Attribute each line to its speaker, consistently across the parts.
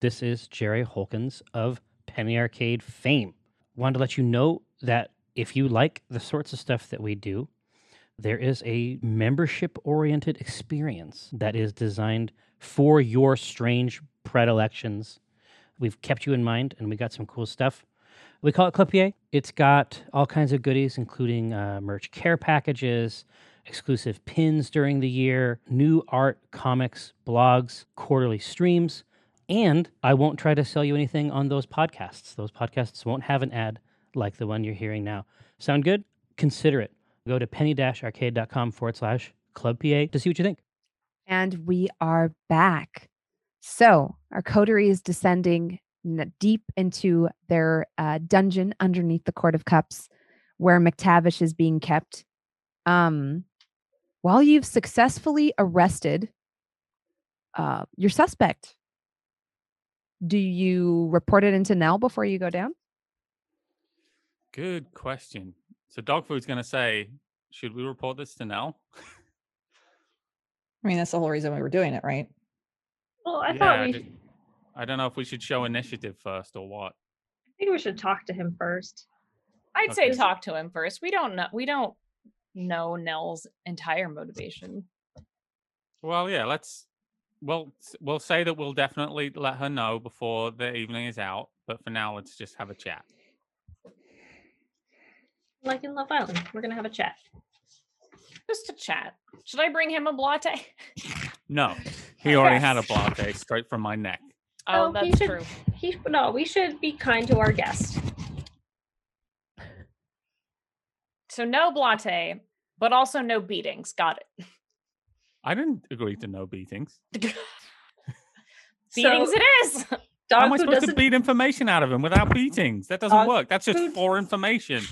Speaker 1: This is Jerry Holkins of Penny Arcade fame. Wanted to let you know that if you like the sorts of stuff that we do, there is a membership oriented experience that is designed for your strange predilections. We've kept you in mind and we got some cool stuff. We call it Clipier. It's got all kinds of goodies, including uh, merch care packages, exclusive pins during the year, new art, comics, blogs, quarterly streams. And I won't try to sell you anything on those podcasts. Those podcasts won't have an ad like the one you're hearing now. Sound good? Consider it. Go to penny arcade.com forward slash club PA to see what you think.
Speaker 2: And we are back. So our coterie is descending n- deep into their uh, dungeon underneath the Court of Cups, where McTavish is being kept. Um, while you've successfully arrested uh, your suspect, do you report it into Nell before you go down?
Speaker 3: Good question. So dog food's gonna say, should we report this to Nell?
Speaker 4: I mean, that's the whole reason we were doing it, right?
Speaker 5: Well, I
Speaker 3: Yeah,
Speaker 5: thought we.
Speaker 3: just- I don't know if we should show initiative first or what.
Speaker 5: I think we should talk to him first.
Speaker 6: I'd
Speaker 3: Okay.
Speaker 6: say talk to him first. We don't know. We don't know Nell's entire motivation.
Speaker 3: Well, yeah, let's. Well, s- we'll say that we'll definitely let her know before the evening is out. But for now, let's just have a chat.
Speaker 5: Like in Love Island, we're gonna have a chat.
Speaker 6: Just a chat. Should I bring him a latte?
Speaker 3: No, he already had a blase straight from my neck.
Speaker 6: Oh,
Speaker 5: Oh, we
Speaker 6: that's
Speaker 5: should-
Speaker 6: true.
Speaker 5: He no, we should be kind to our guest.
Speaker 6: So no latte, but also no beatings. Got
Speaker 3: I didn't agree to no beatings.
Speaker 6: it. beatings
Speaker 5: So,
Speaker 6: it is.
Speaker 3: How am I
Speaker 5: dog food
Speaker 3: supposed to
Speaker 5: doesn't
Speaker 3: beat information out of him without beatings? That doesn't
Speaker 5: Dog
Speaker 3: work. That's just
Speaker 5: food-
Speaker 3: for information.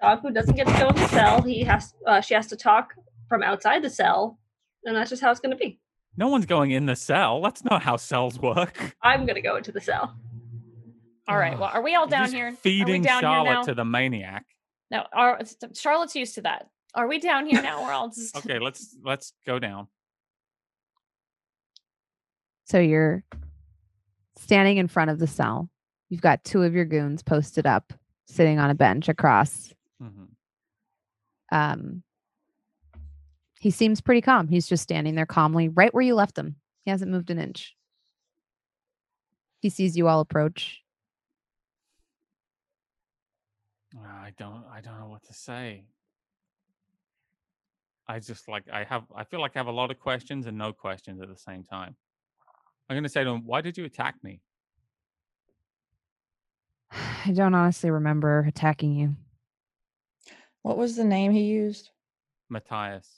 Speaker 5: dog food doesn't get to go in the cell. He has uh, she has to talk from outside the cell, and that's just how it's gonna be.
Speaker 3: No one's going in the cell. That's not how cells work.
Speaker 5: I'm gonna go into the cell.
Speaker 6: All right. Well, are we all
Speaker 3: You're
Speaker 6: down
Speaker 3: just
Speaker 6: here? are we
Speaker 3: Feeding
Speaker 6: down here now?
Speaker 3: Charlotte to the maniac.
Speaker 6: No, our, s- t- Charlotte's used to that. Are we down here now? We're all just
Speaker 3: Okay, let's let's go down.
Speaker 2: So you're standing in front of the cell. You've got two of your goons posted up, sitting on a bench across.
Speaker 3: hmm
Speaker 2: Um, he seems pretty calm. He's just standing there calmly, right where you left him. He hasn't moved an inch. He sees you all approach.
Speaker 3: Ah, I don't I don't know what to say. I just like I have I feel like I have a lot of questions and no questions at the same time. I'm gonna say to him, why did you attack me?
Speaker 2: I don't honestly remember attacking you.
Speaker 4: What was the name he used?
Speaker 3: Matthias.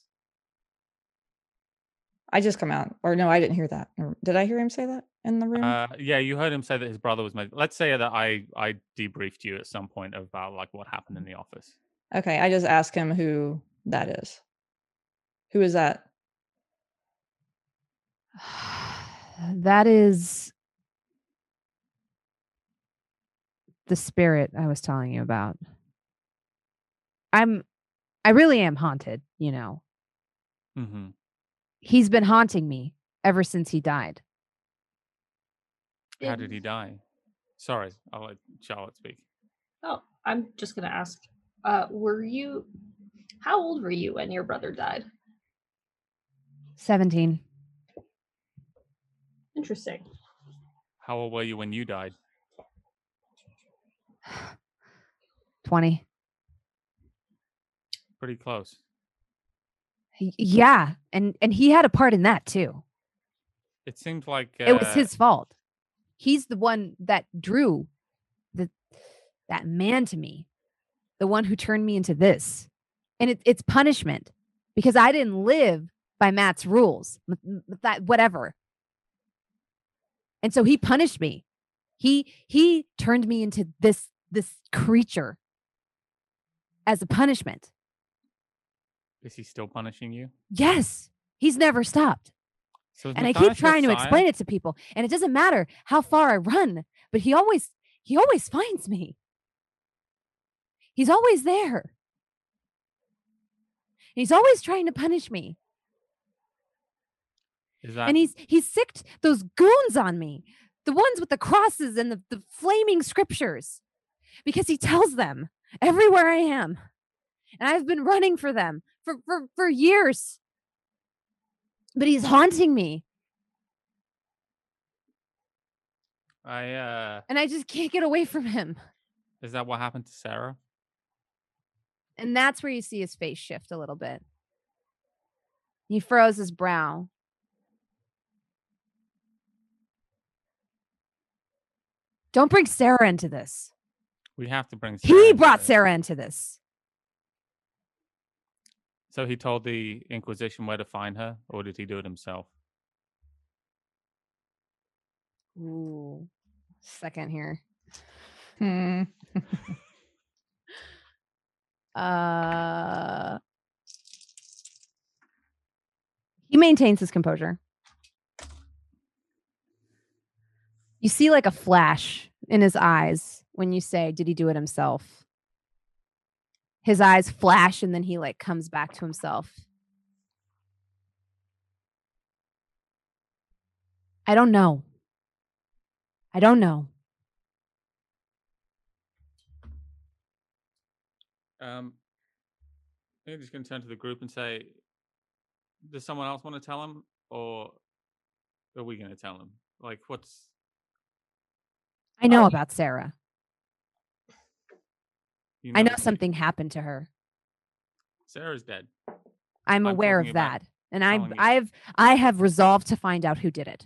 Speaker 4: I just come out. Or no, I didn't hear that. Or Did I hear him say that in the
Speaker 6: Mm-hmm.
Speaker 4: room?
Speaker 3: Uh yeah, you heard him say that his brother was my let's say that I I debriefed you at some point about like what happened in the office.
Speaker 4: okay, I just ask him who that is. Who is that?
Speaker 2: that is the spirit I was telling you about. I'm I really am haunted, you know.
Speaker 3: Mm-hmm.
Speaker 2: He's been haunting me ever since he died.
Speaker 3: How did he die? Sorry, I'll let Charlotte speak.
Speaker 5: Oh, I'm just gonna ask. Uh, were you? How old were you when your brother died?
Speaker 2: 17.
Speaker 5: Interesting.
Speaker 3: How old were you when you died?
Speaker 2: 20.
Speaker 3: Pretty close.
Speaker 2: Y- Yeah, and and he had a part in that too.
Speaker 3: It seemed like uh,
Speaker 2: it was his fault. He's the one that drew the that man to me, the one who turned me into this, and it, it's punishment because I didn't live by Matt's rules, m- m- that whatever. And so he punished me. He he turned me into this this creature as a punishment.
Speaker 3: Is he still punishing you?
Speaker 2: Yes, he's never stopped.
Speaker 3: So is
Speaker 2: and I keep
Speaker 3: Matthias your
Speaker 2: trying to
Speaker 3: sire?
Speaker 2: explain it to people, and it doesn't matter how far I run, but he always he always finds me. He's always there. He's always trying to punish me,
Speaker 3: Is that
Speaker 2: and he's he's sicked those goons on me, the ones with the crosses and the, the flaming scriptures, because he tells them everywhere I am. And I've been running for them for, for, for years. But he's haunting me,
Speaker 3: I uh
Speaker 2: and I just can't get away from him.
Speaker 3: is that what happened to Sarah?
Speaker 2: And that's where you see his face shift a little bit. He froze his brow. Don't bring Sarah into this.
Speaker 3: We have to bring Sarah.
Speaker 2: He
Speaker 3: into
Speaker 2: brought
Speaker 3: this.
Speaker 2: Sarah into this.
Speaker 3: So he told the Inquisition where to find her, or did he do it himself?
Speaker 2: Ooh. Second here.
Speaker 4: Hmm.
Speaker 2: Uh He maintains his composure. You see like a flash in his eyes when you say, "Did he do it himself?" His eyes flash and then he like comes back to himself. I don't know. I don't know.
Speaker 3: Um, I think I'm just going to turn to the group and say, does someone else want to tell him, or are we going to tell him? Like, what's
Speaker 2: I know
Speaker 5: Oh, you-
Speaker 2: about Sarah.
Speaker 3: you
Speaker 2: I know
Speaker 3: that
Speaker 2: something happened to her.
Speaker 3: Sarah's dead.
Speaker 2: I'm
Speaker 3: I'm
Speaker 2: aware
Speaker 3: talking
Speaker 2: of
Speaker 3: about
Speaker 2: that. And I
Speaker 3: telling you.
Speaker 2: I've I have resolved to find out who did it.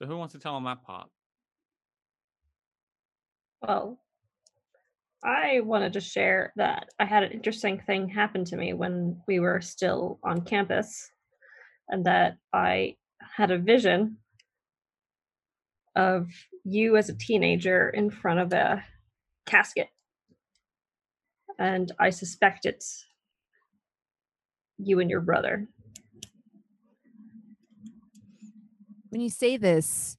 Speaker 3: So who wants to tell him that part?
Speaker 5: Well, I want to just share that I had an interesting thing happen to me when we were still on campus, and that I had a vision of you as a teenager in front of a casket. And I suspect it's you and your brother.
Speaker 2: When you say this,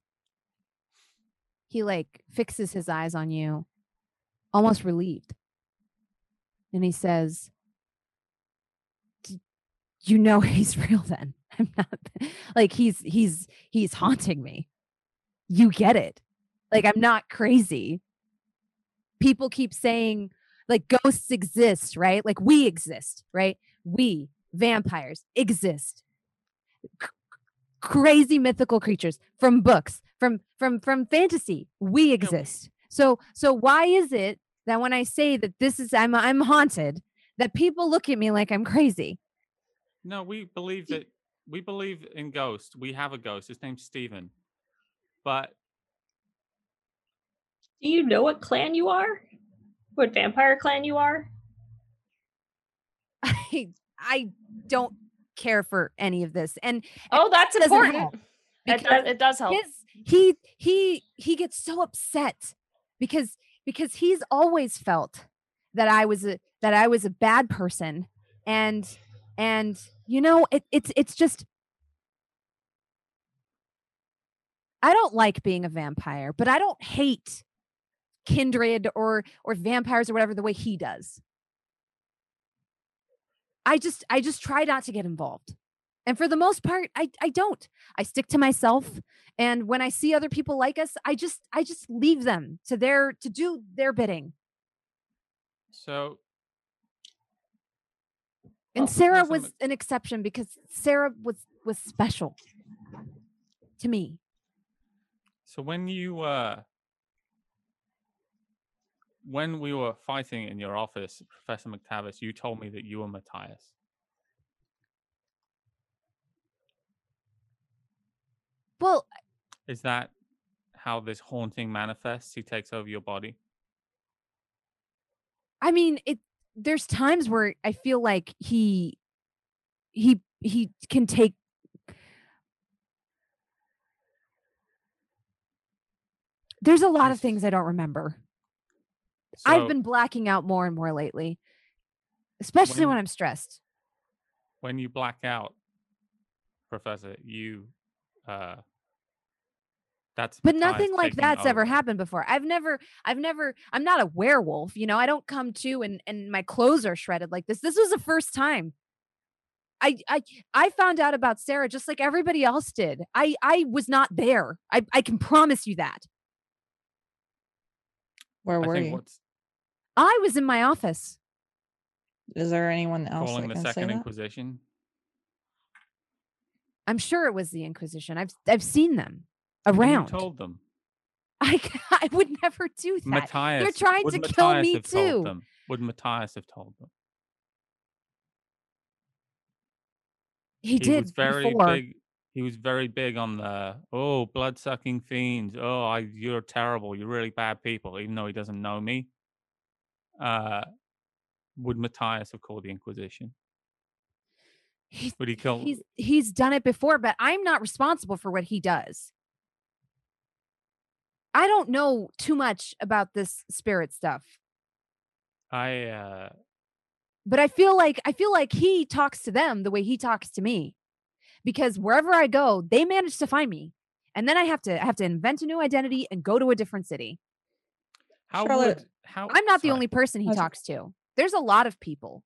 Speaker 2: he like fixes his eyes on you, almost relieved. And he says, "D- "You know he's real then. I'm not like he's he's he's haunting me. You get it. Like I'm not crazy. People keep saying like ghosts exist, right? Like we exist, right? We vampires exist crazy mythical creatures from books from from from fantasy we exist so so why is it that when i say that this is i'm i'm haunted that people look at me like i'm crazy
Speaker 3: No, we believe
Speaker 2: E
Speaker 3: that we believe in ghosts. We have a ghost. His name's Stephen. But
Speaker 5: Do you know what clan you are? What vampire clan you are?
Speaker 2: i i don't care for any of this and
Speaker 6: Oh, that's
Speaker 2: doesn't
Speaker 6: important.
Speaker 2: help
Speaker 6: It does,
Speaker 5: because
Speaker 6: it does help.
Speaker 2: his he he he gets so upset because because he's always felt that I was a that I was a bad person and and you know it, it's it's just I don't like being a vampire, but I don't hate kindred or or vampires or whatever the way he does. I just I just try not to get involved. And for the most part, I I don't. I stick to myself and when i see other people like us i just i just leave them to their to do their bidding
Speaker 3: so
Speaker 2: and
Speaker 3: Oh,
Speaker 2: sarah
Speaker 3: yes, I'm
Speaker 2: was
Speaker 3: a-
Speaker 2: an exception because sarah was was special to me
Speaker 3: so when you uh when we were fighting in your office, Professor McTavish, you told me that you were Matthias.
Speaker 2: well
Speaker 3: Is that how this haunting manifests? He takes over your body.
Speaker 2: i mean it there's times where i feel like he he he can take there's a lot of
Speaker 3: He's-
Speaker 2: things i don't remember
Speaker 3: So
Speaker 2: i've been blacking out more and more lately especially
Speaker 3: When-
Speaker 2: when i'm stressed
Speaker 3: when you black out, Professor, you uh that's
Speaker 2: but
Speaker 3: Matthias
Speaker 2: nothing like
Speaker 3: taking
Speaker 2: that's ever
Speaker 3: over.
Speaker 2: happened before i've never i've never i'm not a werewolf you know i don't come to and and my clothes are shredded like this this was the first time I I I found out about Sarah just like everybody else did. I I was not there. I I can promise you that.
Speaker 4: Where
Speaker 3: I
Speaker 4: were
Speaker 3: think
Speaker 4: you?
Speaker 3: what's
Speaker 2: I was in my office.
Speaker 4: Is there anyone else
Speaker 3: calling the
Speaker 4: that can say
Speaker 3: second
Speaker 4: that?
Speaker 3: Inquisition.
Speaker 2: I'm sure it was the Inquisition. I've I've seen them
Speaker 3: And you
Speaker 2: around.
Speaker 3: told them.
Speaker 2: I I would never do that.
Speaker 3: Matthias.
Speaker 2: trying
Speaker 3: would
Speaker 2: to kill
Speaker 3: Matthias
Speaker 2: me
Speaker 3: have told
Speaker 2: too.
Speaker 3: them? Would Matthias have told them?
Speaker 2: he, did
Speaker 3: was very
Speaker 2: before.
Speaker 3: big. He was very big on the oh blood sucking fiends. Oh, I, you're terrible. You're really bad people. Even though he doesn't know me, uh, would Matthias have called the Inquisition?
Speaker 2: He
Speaker 3: Would he kill?
Speaker 2: he's he's done it before but i'm not responsible for what he does i don't know too much about this spirit stuff
Speaker 3: I uh,
Speaker 2: but i feel like i feel like he talks to them the way he talks to me because wherever i go they manage to find me and then i have to I have to invent a new identity and go to a different city
Speaker 3: how
Speaker 4: Charlotte,
Speaker 3: would how?
Speaker 2: i'm not the
Speaker 3: Oh, sorry.
Speaker 2: only person he
Speaker 4: How's it-
Speaker 2: talks to there's a lot of people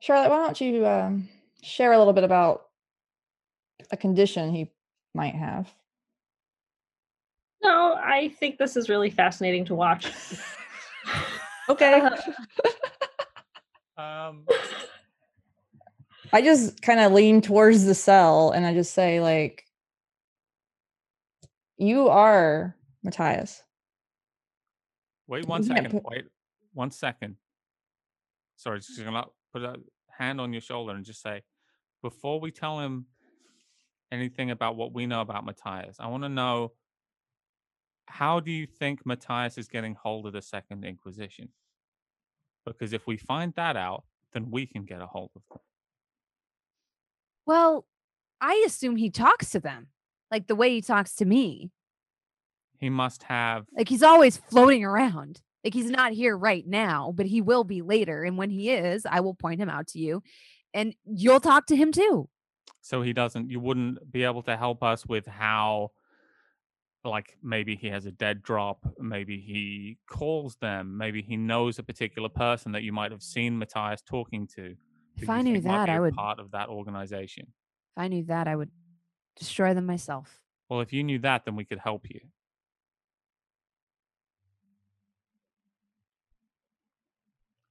Speaker 4: Charlotte, why don't you um, share a little bit about a condition he might have?
Speaker 5: No, I think this is really fascinating to watch.
Speaker 4: Okay.
Speaker 3: Um,
Speaker 4: I just kind of lean towards the cell and I just say, like, you are Matthias.
Speaker 3: wait one
Speaker 4: Yeah,
Speaker 3: second.
Speaker 4: but-
Speaker 3: Wait one second. Sorry, just gonna put a hand on your shoulder and just say, before we tell him anything about what we know about Matthias, I want to know how do you think Matthias is getting hold of the Second Inquisition? Because if we find that out, then we can get a hold of them.
Speaker 2: well i assume he talks to them like the way he talks to me
Speaker 3: He must have.
Speaker 2: Like he's always floating around. Like he's not here right now, but he will be later. And when he is, I will point him out to you and you'll talk to him too.
Speaker 3: so he doesn't you wouldn't be able to help us with how like maybe he has a dead drop maybe he calls them maybe he knows a particular person that you might have seen matthias talking to that
Speaker 2: If
Speaker 3: you
Speaker 2: I knew
Speaker 3: think might
Speaker 2: that,
Speaker 3: be
Speaker 2: I
Speaker 3: a
Speaker 2: would
Speaker 3: part of that organization
Speaker 2: if I knew that, I would destroy them myself.
Speaker 3: well if you knew that then we could help you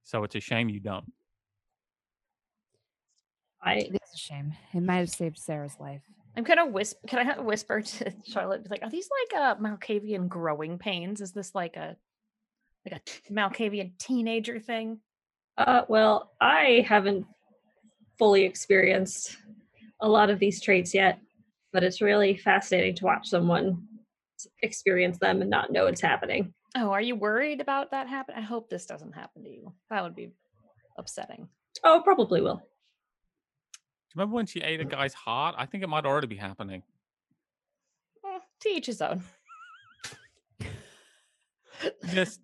Speaker 3: so it's a shame you don't
Speaker 5: I
Speaker 2: It is a shame. It might have saved Sarah's life.
Speaker 6: I'm kind of whisper. Can I whisper to Charlotte? Be like, are these like uh, Malkavian growing pains? Is this like a like a t- Malkavian teenager thing?
Speaker 5: uh, well, I haven't fully experienced a lot of these traits yet, but it's really fascinating to watch someone s- experience them and not know it's happening.
Speaker 6: Oh, are you worried about that happen? I hope this doesn't happen to you. That would be upsetting.
Speaker 5: Oh, probably will.
Speaker 3: do you remember when she ate a guy's heart i think it might already be happening
Speaker 6: Eh, to each his own.
Speaker 3: just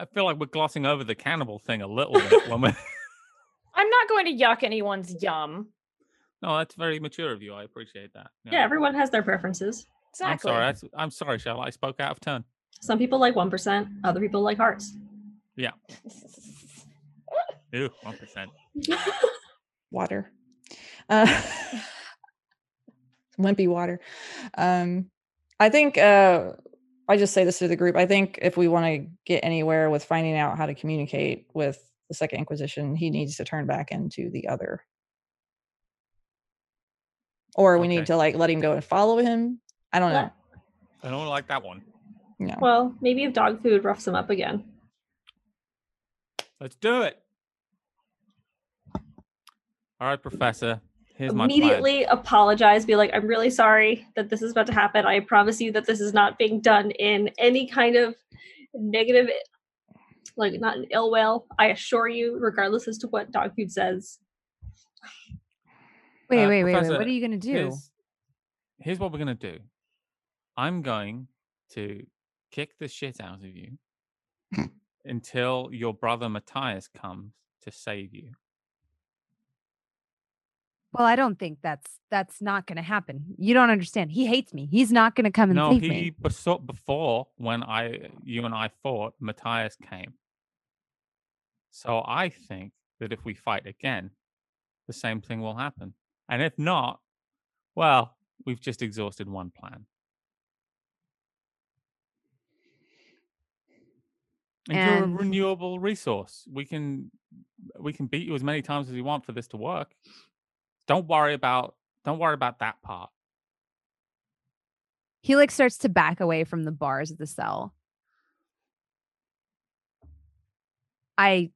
Speaker 3: i feel like we're glossing over the cannibal thing a little bit when we
Speaker 6: I'm not going to yuck anyone's yum.
Speaker 3: No, that's very mature of you. I appreciate that.
Speaker 5: Yeah, everyone has their preferences.
Speaker 3: I'm
Speaker 6: Exactly.
Speaker 3: sorry. That's, I'm sorry, Shall I spoke out of turn.
Speaker 5: Some people like 1%, other people like hearts.
Speaker 3: Ew, one percent.
Speaker 4: Water. Uh, wimpy water. Um, I think uh, I just say this to the group. I think if we want to get anywhere with finding out how to communicate with the Second Inquisition, he needs to turn back into the other. Or we
Speaker 3: Okay.
Speaker 4: need to like let him go and follow him. I don't know.
Speaker 5: Let-
Speaker 3: I don't like that one.
Speaker 4: No.
Speaker 5: Well, maybe if dog food roughs them up again.
Speaker 3: Let's do it. All right, Professor. Here's my plan.
Speaker 5: Immediately apologize, be like, I'm really sorry that this is about to happen. I promise you that this is not being done in any kind of negative, like, not an ill will. I assure you, regardless as to what dog food says.
Speaker 2: Wait, wait,
Speaker 3: Uh,
Speaker 2: wait, wait.
Speaker 3: Professor,
Speaker 2: What are you gonna do?
Speaker 3: Here's, here's what we're gonna do. I'm going to kick the shit out of you until your brother Matthias comes to save you.
Speaker 2: Well, I don't think that's that's not gonna happen. You don't understand. He hates me. He's not gonna come and
Speaker 3: no,
Speaker 2: save
Speaker 3: he
Speaker 2: me.
Speaker 3: beso- before when I you and I fought, Matthias came. So I think that if we fight again, the same thing will happen. And if not, well, we've just exhausted one plan. And, you're
Speaker 2: And-
Speaker 3: a renewable resource. We can we can beat you as many times as we want for this to work. Don't worry about don't worry about that part.
Speaker 2: He like starts to back away from the bars of the cell. I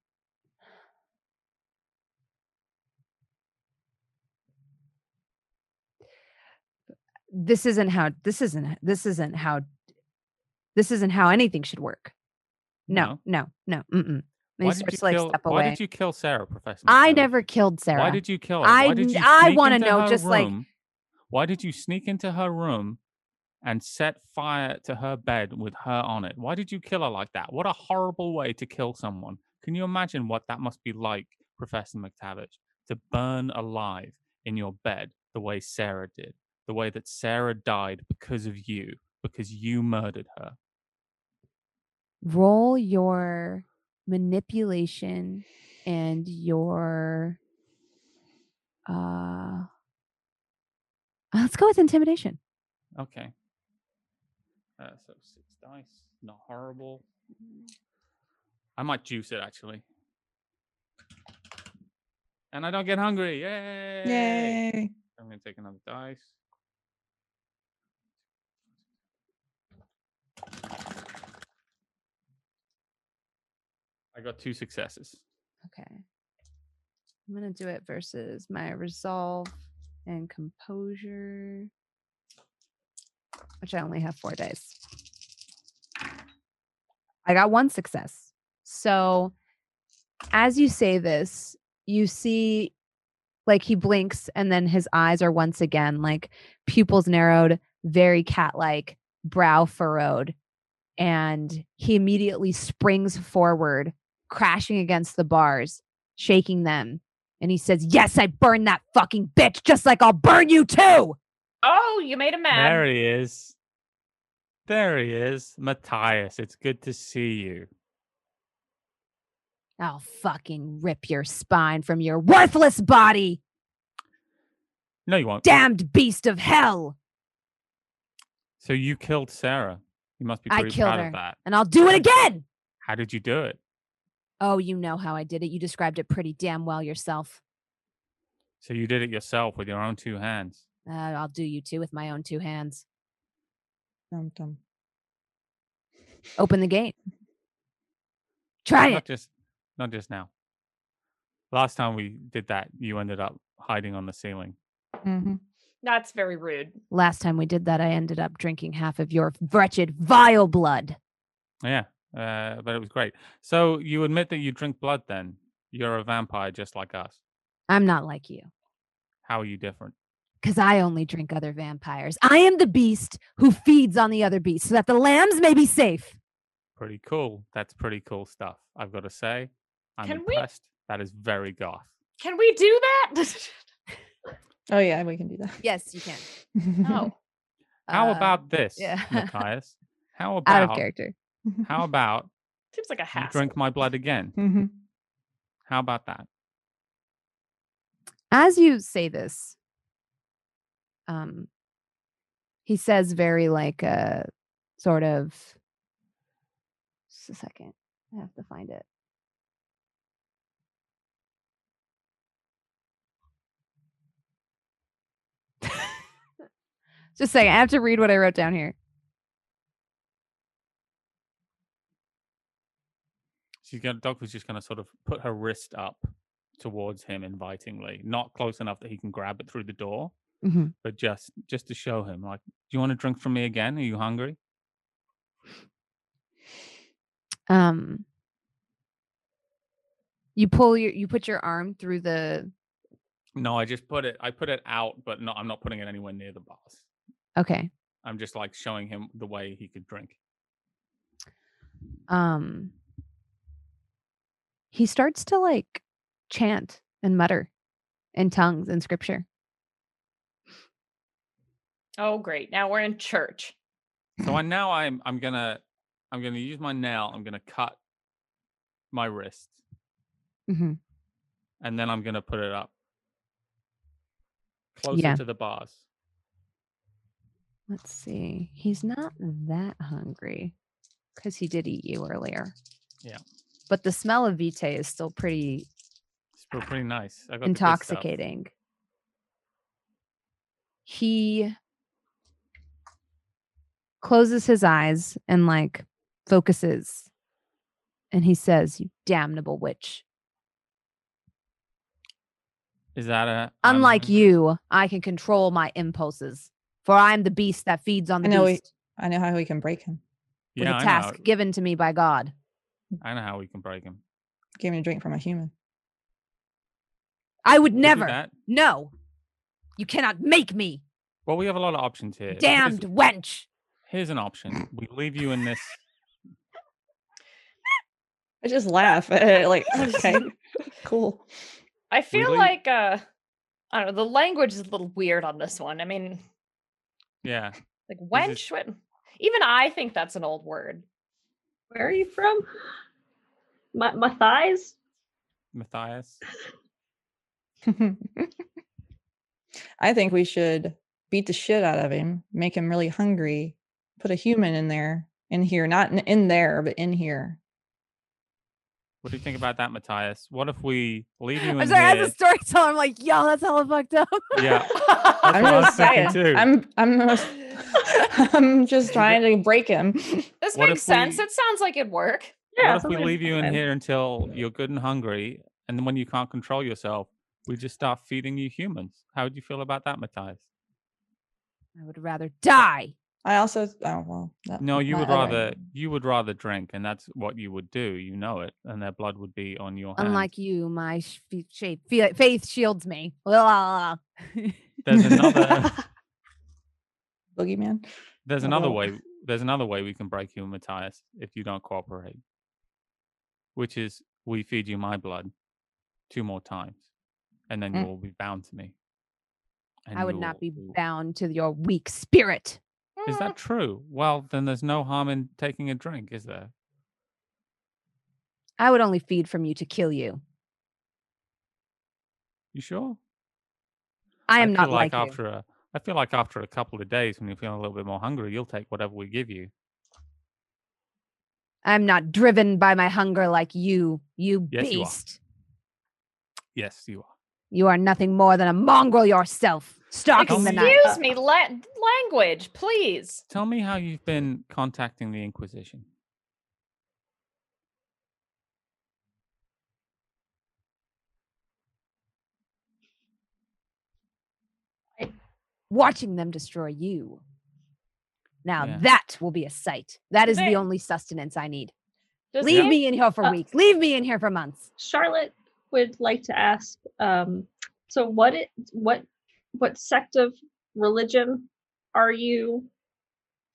Speaker 2: This isn't how this isn't this isn't how this isn't how anything should work. No, no, no. mm-mm. And he
Speaker 3: Why did,
Speaker 2: starts
Speaker 3: you
Speaker 2: to like
Speaker 3: kill,
Speaker 2: step
Speaker 3: why
Speaker 2: away.
Speaker 3: did you kill Sarah, Professor?
Speaker 2: I
Speaker 3: McNally?
Speaker 2: never killed Sarah.
Speaker 3: Why did you kill her?
Speaker 2: I
Speaker 3: why did
Speaker 2: n-
Speaker 3: you
Speaker 2: I
Speaker 3: sneak
Speaker 2: wanna
Speaker 3: into
Speaker 2: know
Speaker 3: her
Speaker 2: just, like-
Speaker 3: room? why did you sneak into her room and set fire to her bed with her on it? Why did you kill her like that? What a horrible way to kill someone. Can you imagine what that must be like, Professor McTavish, to burn alive in your bed the way Sarah did, the way that Sarah died because of you, because you murdered her.
Speaker 2: roll your manipulation and your uh let's go with intimidation
Speaker 3: Okay. Uh, so six dice, not horrible. I might juice it actually. And I don't get hungry. Yay!
Speaker 4: Yay.
Speaker 3: I'm gonna take another dice. I got two successes.
Speaker 2: okay i'm gonna do it versus my resolve and composure which i only have four dice i got one success so as you say this you see like he blinks and then his eyes are once again like pupils narrowed very cat like brow furrowed and he immediately springs forward crashing against the bars shaking them and he says yes i burned that fucking bitch just like i'll burn you too
Speaker 6: Oh, you made him mad.
Speaker 3: There he is. There he is, Matthias. It's good to see you.
Speaker 2: i'll fucking rip your spine from your worthless body
Speaker 3: No, you won't.
Speaker 2: damned beast of hell
Speaker 3: So you killed Sarah. You must be
Speaker 2: I
Speaker 3: pretty
Speaker 2: killed
Speaker 3: proud
Speaker 2: her.
Speaker 3: of that.
Speaker 2: and i'll do it again
Speaker 3: How did you do it?
Speaker 2: oh you know how i did it you described it pretty damn well yourself
Speaker 3: So you did it yourself with your own two hands.
Speaker 2: Uh, I'll do you too with my own two hands.
Speaker 4: Dum dum.
Speaker 2: Open the gate. Try
Speaker 3: Not
Speaker 2: it.
Speaker 3: just not just now. Last time we did that, you ended up hiding on the ceiling.
Speaker 4: Mm-hmm.
Speaker 6: That's very rude.
Speaker 2: Last time we did that, I ended up drinking half of your wretched, vile blood.
Speaker 3: Yeah, uh, but it was great. So you admit that you drink blood then. You're a vampire just like us.
Speaker 2: I'm not like you,
Speaker 3: How are you different?
Speaker 2: because I only drink other vampires. I am the beast who feeds on the other beast so that the lambs may be safe.
Speaker 3: Pretty cool. That's pretty cool stuff. I've got to say, I'm
Speaker 6: Can we-
Speaker 3: impressed. That is very goth.
Speaker 6: Can we do that?
Speaker 4: Oh yeah, we can do that.
Speaker 2: Yes, you can. Oh.
Speaker 6: no.
Speaker 3: How
Speaker 2: Uh,
Speaker 3: about this,
Speaker 2: yeah.
Speaker 3: Matthias? How
Speaker 2: Out of
Speaker 3: about
Speaker 2: character.
Speaker 3: how about
Speaker 6: Seems like a
Speaker 3: you
Speaker 6: hassle.
Speaker 3: drink my blood again?
Speaker 4: Mm-hmm.
Speaker 3: How about that?
Speaker 2: As you say this, um, he says very like uh, sort of. Just a second, I have to find it. Just saying, I have to read what I wrote down here.
Speaker 3: She's gonna Doc was just gonna sort of put her wrist up towards him invitingly, not close enough that he can grab it through the door,
Speaker 2: Mhm.
Speaker 3: but just just to show him, like, do you want to drink from me again? Are you hungry?
Speaker 2: Um, you pull your, you put your arm through the.
Speaker 3: No, I just put it I put it out, but not I'm not putting it anywhere near the bars.
Speaker 2: Okay.
Speaker 3: I'm just like showing him the way he could drink.
Speaker 2: um he starts to like chant and mutter in tongues in scripture
Speaker 6: Oh, great. Now we're in church.
Speaker 3: So I now I'm I'm gonna I'm gonna use my nail, I'm gonna cut my wrist,
Speaker 2: mm-hmm.
Speaker 3: and then I'm gonna put it up closer
Speaker 2: Yeah.
Speaker 3: to the bars.
Speaker 2: Let's see. He's not that hungry because he did eat you earlier.
Speaker 3: Yeah.
Speaker 2: But the smell of Vitae is still pretty
Speaker 3: It's still pretty nice. I got the good stuff.
Speaker 2: intoxicating. He closes his eyes and like focuses and he says, You damnable witch.
Speaker 3: Is that a um, I'm
Speaker 2: Unlike
Speaker 3: hungry?
Speaker 2: you, I can control my impulses, for I am the beast that feeds on
Speaker 4: I
Speaker 2: the
Speaker 4: know he-
Speaker 2: beast
Speaker 4: I know how we can break him.
Speaker 2: with
Speaker 3: Yeah,
Speaker 2: a
Speaker 3: I
Speaker 2: task
Speaker 3: know.
Speaker 2: given to me by God.
Speaker 3: I know how we can break him.
Speaker 4: Give him a drink from a human.
Speaker 2: I would
Speaker 3: We do
Speaker 2: never.
Speaker 3: that.
Speaker 2: No, you cannot make me,
Speaker 3: Well, we have a lot of options here. Here's-
Speaker 2: damned wench.
Speaker 3: Here's an option. We leave you in this.
Speaker 4: I just laugh. eh, like, okay, cool.
Speaker 6: I feel
Speaker 3: Really?
Speaker 6: like uh I don't know, the language is a little weird on this one. I mean,
Speaker 3: Yeah.
Speaker 6: like
Speaker 3: Is
Speaker 6: wench, wen- even I think that's an old word.
Speaker 5: Where are you from? My my thighs?
Speaker 3: Matthias.
Speaker 4: I think we should beat the shit out of him, make him really hungry, put a human in there, in here, not in, in there, but in here.
Speaker 3: What do you think about that, Matthias? What if we leave you
Speaker 2: I'm
Speaker 3: in
Speaker 2: sorry,
Speaker 3: here?
Speaker 2: as a storyteller, I'm like, y'all, that's hella fucked up.
Speaker 3: Yeah. That's what I
Speaker 4: I'm
Speaker 3: was
Speaker 4: just
Speaker 3: thinking too.
Speaker 4: I'm, I'm, I'm just trying to break him.
Speaker 6: this
Speaker 3: What
Speaker 6: makes
Speaker 3: if we-
Speaker 6: sense. It sounds like it'd work.
Speaker 5: Yeah.
Speaker 3: what if we
Speaker 5: something-
Speaker 3: leave you in
Speaker 5: okay.
Speaker 3: here until you're good and hungry, and then when you can't control yourself, we just start feeding you humans? How would you feel about that, Matthias?
Speaker 2: I would rather die.
Speaker 4: I also, oh well. that-
Speaker 3: No, you
Speaker 4: my
Speaker 3: would
Speaker 4: other-
Speaker 3: rather you would rather drink, and that's what you would do. You know it, and their blood would be on your hands.
Speaker 2: Unlike you, my sh- fe- shape, fe- faith shields me. La, la, la.
Speaker 3: there's another
Speaker 4: boogeyman.
Speaker 3: there's
Speaker 4: Oh,
Speaker 3: another
Speaker 4: well.
Speaker 3: way there's another way we can break you, Matthias, if you don't cooperate. Which is we feed you my blood two more times, and then you
Speaker 4: Mm.
Speaker 3: will be bound to me. and
Speaker 2: I would
Speaker 3: you
Speaker 2: not
Speaker 3: will-
Speaker 2: be bound to your weak spirit.
Speaker 3: Is
Speaker 6: Hmm,
Speaker 3: that true? Well, then there's no harm in taking a drink, is there?
Speaker 2: I would only feed from you to kill you.
Speaker 3: You sure?
Speaker 2: I am
Speaker 3: feel
Speaker 2: not like, you.
Speaker 3: after a. I feel like after a couple of days, when you're feeling a little bit more hungry, you'll take whatever we give you.
Speaker 2: I'm not driven by my hunger like you, you
Speaker 3: Yes, you are.
Speaker 2: beast.
Speaker 3: Yes, you are.
Speaker 2: You are nothing more than a mongrel yourself, stalking the night.
Speaker 6: Excuse me, la- language, please.
Speaker 3: Tell me how you've been contacting the Inquisition.
Speaker 2: watching them destroy you. Now
Speaker 3: Yeah.
Speaker 2: that will be a sight. That is the
Speaker 6: There-
Speaker 2: only sustenance I need.
Speaker 6: Does
Speaker 2: Leave
Speaker 6: the-
Speaker 2: me in here for
Speaker 5: Uh,
Speaker 2: weeks. Leave me in here for months.
Speaker 5: Charlotte would like to ask, um, so what it what what sect of religion are you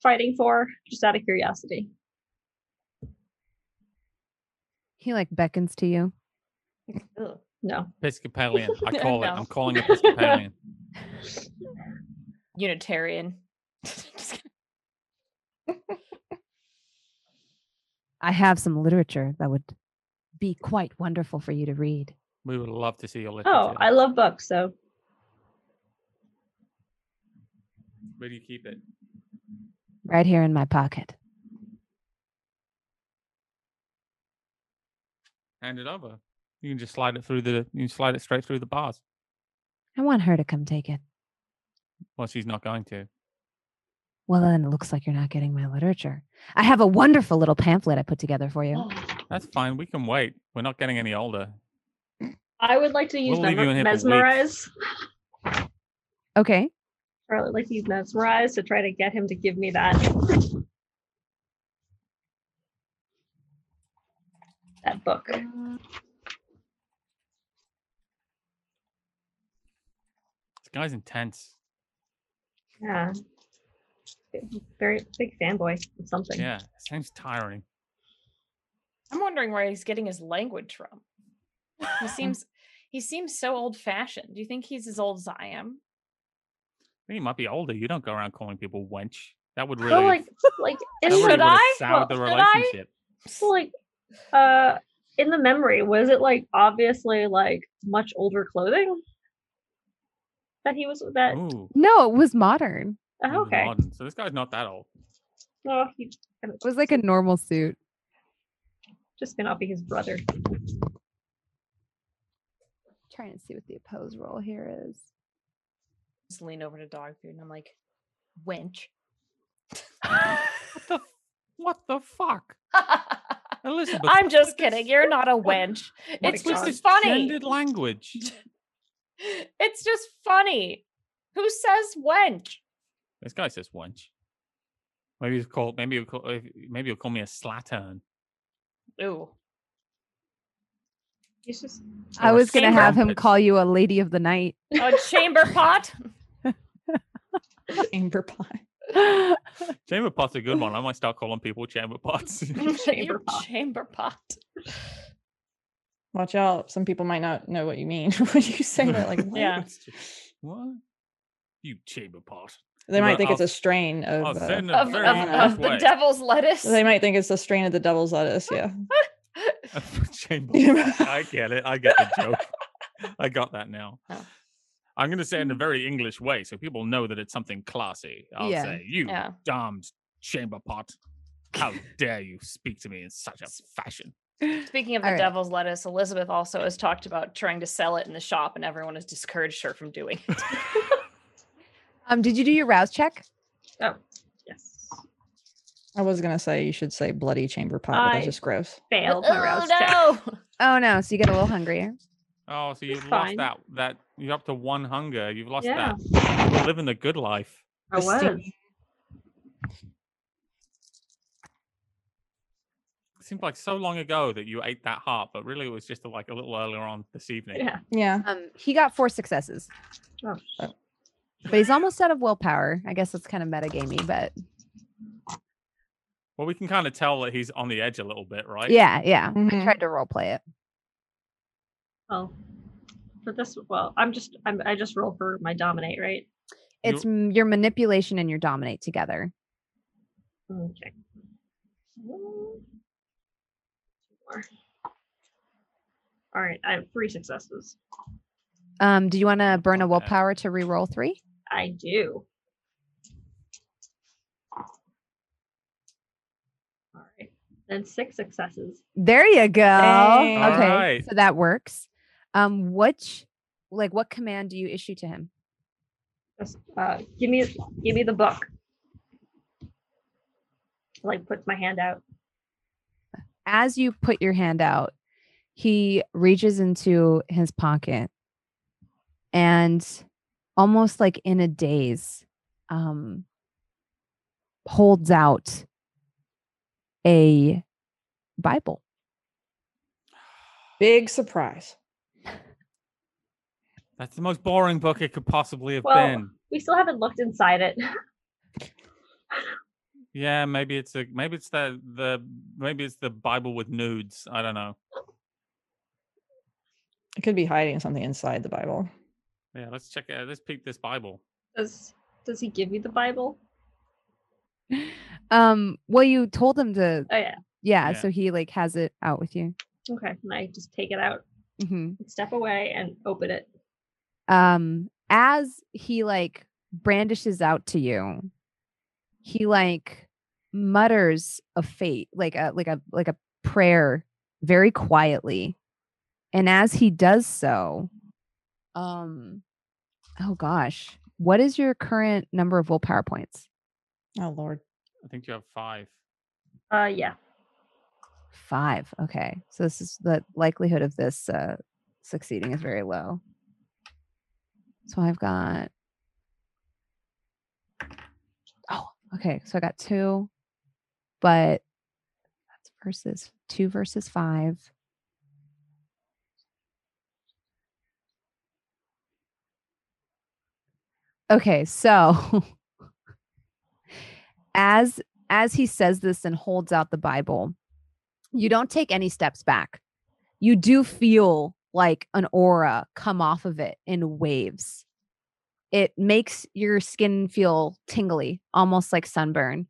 Speaker 5: fighting for? Just out of curiosity.
Speaker 2: He like beckons to you.
Speaker 6: Ugh.
Speaker 5: No.
Speaker 3: Episcopalian. I
Speaker 6: No,
Speaker 3: call it.
Speaker 6: no.
Speaker 3: I'm calling Episcopalian.
Speaker 6: Unitarian. Just kidding.
Speaker 2: I have some literature that would be quite wonderful for you to read.
Speaker 3: we would love to see your literature.
Speaker 5: Oh, I love books, so
Speaker 3: Where do you keep it?
Speaker 2: Right here in my pocket.
Speaker 3: Hand it over. You can just slide it through the. You can slide it straight through the bars.
Speaker 2: I want her to come take it.
Speaker 3: Well, she's not going to.
Speaker 2: Well, then it looks like you're not getting my literature. I have a wonderful little pamphlet I put together for you.
Speaker 3: That's fine. We can wait. We're not getting any older.
Speaker 5: I would like to use
Speaker 3: We'll leave you
Speaker 5: mesmer-
Speaker 3: in here for weeks.
Speaker 5: mesmerize.
Speaker 2: Okay.
Speaker 5: Charlotte would like to use mesmerize to try to get him to give me that. That book.
Speaker 3: This guy's intense.
Speaker 5: Yeah. Very big fanboy of something.
Speaker 3: Yeah, seems tiring.
Speaker 6: I'm wondering where he's getting his language from. He seems he seems so old fashioned. Do you think he's as old as I am?
Speaker 3: I think he might be older. You don't go around calling people wench. That would really,
Speaker 5: Well, like, like, in
Speaker 3: that really
Speaker 5: the-
Speaker 6: Should
Speaker 3: would have
Speaker 6: I?
Speaker 3: soured the
Speaker 6: Well, should I?
Speaker 3: relationship.
Speaker 5: Well, like uh in the memory was it like obviously like much older clothing that he was that.
Speaker 6: Uh,
Speaker 3: Ooh,
Speaker 2: No, it was modern.
Speaker 5: oh,
Speaker 3: he was
Speaker 5: okay.
Speaker 3: modern. So this guy's not that old.
Speaker 5: Well, he kind of
Speaker 2: It was like a normal suit.
Speaker 5: just cannot be his brother.
Speaker 2: trying to see what the oppose roll here is.
Speaker 6: Just lean over to dog food and I'm like, wench.
Speaker 3: What the? What the fuck, Elizabeth?
Speaker 6: I'm
Speaker 3: what
Speaker 6: just
Speaker 3: is-
Speaker 6: kidding. You're not a wench.
Speaker 3: what
Speaker 6: It's
Speaker 3: is
Speaker 5: just
Speaker 3: this
Speaker 6: funny.
Speaker 3: Gendered language.
Speaker 6: it's just funny. Who says wench?
Speaker 3: This guy says wench. Maybe he's called. Maybe he'll call. Maybe he'll call me a slattern.
Speaker 6: Ooh.
Speaker 5: He's just
Speaker 2: I was going to
Speaker 6: chamber.
Speaker 2: have him
Speaker 3: It's-
Speaker 2: call you a lady of the night.
Speaker 6: A chamber pot?
Speaker 4: Amber pie.
Speaker 3: Chamber pot's a good one. I might start calling people chamber pots.
Speaker 6: chamber
Speaker 5: Chamber
Speaker 6: pot.
Speaker 5: pot.
Speaker 6: Chamber pot.
Speaker 4: Watch out. Some people might not know what you mean when you say that. Like, what?
Speaker 6: Yeah.
Speaker 3: It's just, What? You chamber pot.
Speaker 4: They might
Speaker 3: But
Speaker 4: think it's
Speaker 3: I'll-
Speaker 4: a strain
Speaker 3: I'll
Speaker 4: of.
Speaker 3: send
Speaker 4: Uh,
Speaker 3: a
Speaker 6: Of,
Speaker 3: very
Speaker 6: of,
Speaker 4: nice
Speaker 6: of the
Speaker 3: way.
Speaker 6: devil's lettuce.
Speaker 4: they might think it's a strain of the devil's lettuce. Yeah.
Speaker 3: chamber
Speaker 4: Yeah.
Speaker 3: pot. I get it. I get the joke. I got that now.
Speaker 6: Oh.
Speaker 3: I'm going to say it in a
Speaker 4: Mm-hmm.
Speaker 3: very English way so people know that it's something classy. I'll
Speaker 2: Yeah.
Speaker 3: say, you
Speaker 6: Yeah.
Speaker 3: damned chamber pot. How dare you speak to me in such a fashion?
Speaker 6: Speaking of the
Speaker 2: All right.
Speaker 6: devil's lettuce, Elizabeth also has talked about trying to sell it in the shop, and everyone has discouraged her from doing it.
Speaker 2: Um, did you do your rouse check?
Speaker 5: oh yes,
Speaker 4: I was gonna say you should say bloody chamber pot, but
Speaker 5: I-
Speaker 4: that's just gross.
Speaker 5: failed my
Speaker 6: oh
Speaker 5: rouse check.
Speaker 6: no!
Speaker 2: Oh no, so you get a little hungrier.
Speaker 3: Oh, so you've lost
Speaker 5: fine.
Speaker 3: that. That You're up to one hunger. You've lost
Speaker 5: Yeah.
Speaker 3: that. You're living the good life.
Speaker 5: I was.
Speaker 3: It seemed like so long ago that you ate that heart, but really it was just like a little earlier on this evening.
Speaker 5: Yeah.
Speaker 4: Yeah.
Speaker 2: Um, he got four successes,
Speaker 5: Oh,
Speaker 2: but he's almost out of willpower. I guess that's kind of metagamey, but
Speaker 3: Well, we can kind of tell that he's on the edge a little bit, right?
Speaker 2: yeah, yeah. I
Speaker 4: Mhm.
Speaker 2: tried to role play it.
Speaker 5: well, for this, well, I'm just I'm, I just roll for my dominate, right?
Speaker 3: You-
Speaker 2: It's m your manipulation and your dominate together.
Speaker 5: Okay. Two more. All right, I have three successes.
Speaker 2: Um, do you want to burn a
Speaker 3: Okay.
Speaker 2: willpower to re-roll three?
Speaker 5: I do. All right, then six successes.
Speaker 2: There you go.
Speaker 4: Dang.
Speaker 2: Okay,
Speaker 3: Alright.
Speaker 2: so that works. Um, which, like, what command do you issue to him?
Speaker 5: Just, uh, give me give me the book. Like puts my hand out.
Speaker 2: as you put your hand out, he reaches into his pocket and almost like in a daze, um, holds out a Bible.
Speaker 4: Big surprise.
Speaker 3: That's the most boring book it could possibly have
Speaker 5: Well-
Speaker 3: been.
Speaker 5: We still haven't looked inside it.
Speaker 3: Yeah, maybe it's a maybe it's the the maybe it's the Bible with nudes. I don't know.
Speaker 4: It could be hiding something inside the Bible.
Speaker 3: Yeah, let's check it. Let's peek this Bible.
Speaker 5: Does does he give you the Bible?
Speaker 2: Um, well, you told him to,
Speaker 5: Oh yeah.
Speaker 2: yeah,
Speaker 3: Yeah.
Speaker 2: so he like has it out with you.
Speaker 5: Okay. And I just take it out,
Speaker 2: hmm
Speaker 5: step away, and open it.
Speaker 2: Um, as he like brandishes out to you, he like mutters a fate like a like a like a prayer very quietly and as he does so um oh gosh what is your current number of willpower points
Speaker 4: Oh Lord.
Speaker 3: I think you have five.
Speaker 5: Uh yeah.
Speaker 2: five okay so this is the likelihood of this uh succeeding is very low so i've got oh okay so i got two but that's versus two versus five okay so as as he says this and holds out the bible you don't take any steps back. You do feel like an aura come off of it in waves. It makes your skin feel tingly, almost like sunburn.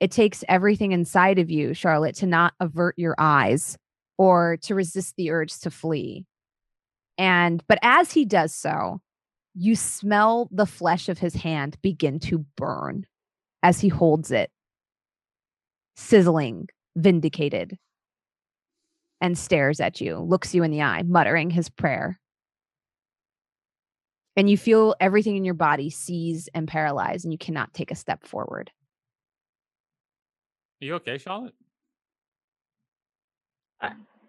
Speaker 2: It takes everything inside of you, Charlotte, to not avert your eyes or to resist the urge to flee. And, but as he does so, You smell the flesh of his hand begin to burn as he holds it, sizzling, vindicated, and stares at you, looks you in the eye, muttering his prayer. And you feel everything in your body seize and paralyze, and you cannot take a step forward.
Speaker 3: Are you okay, Charlotte?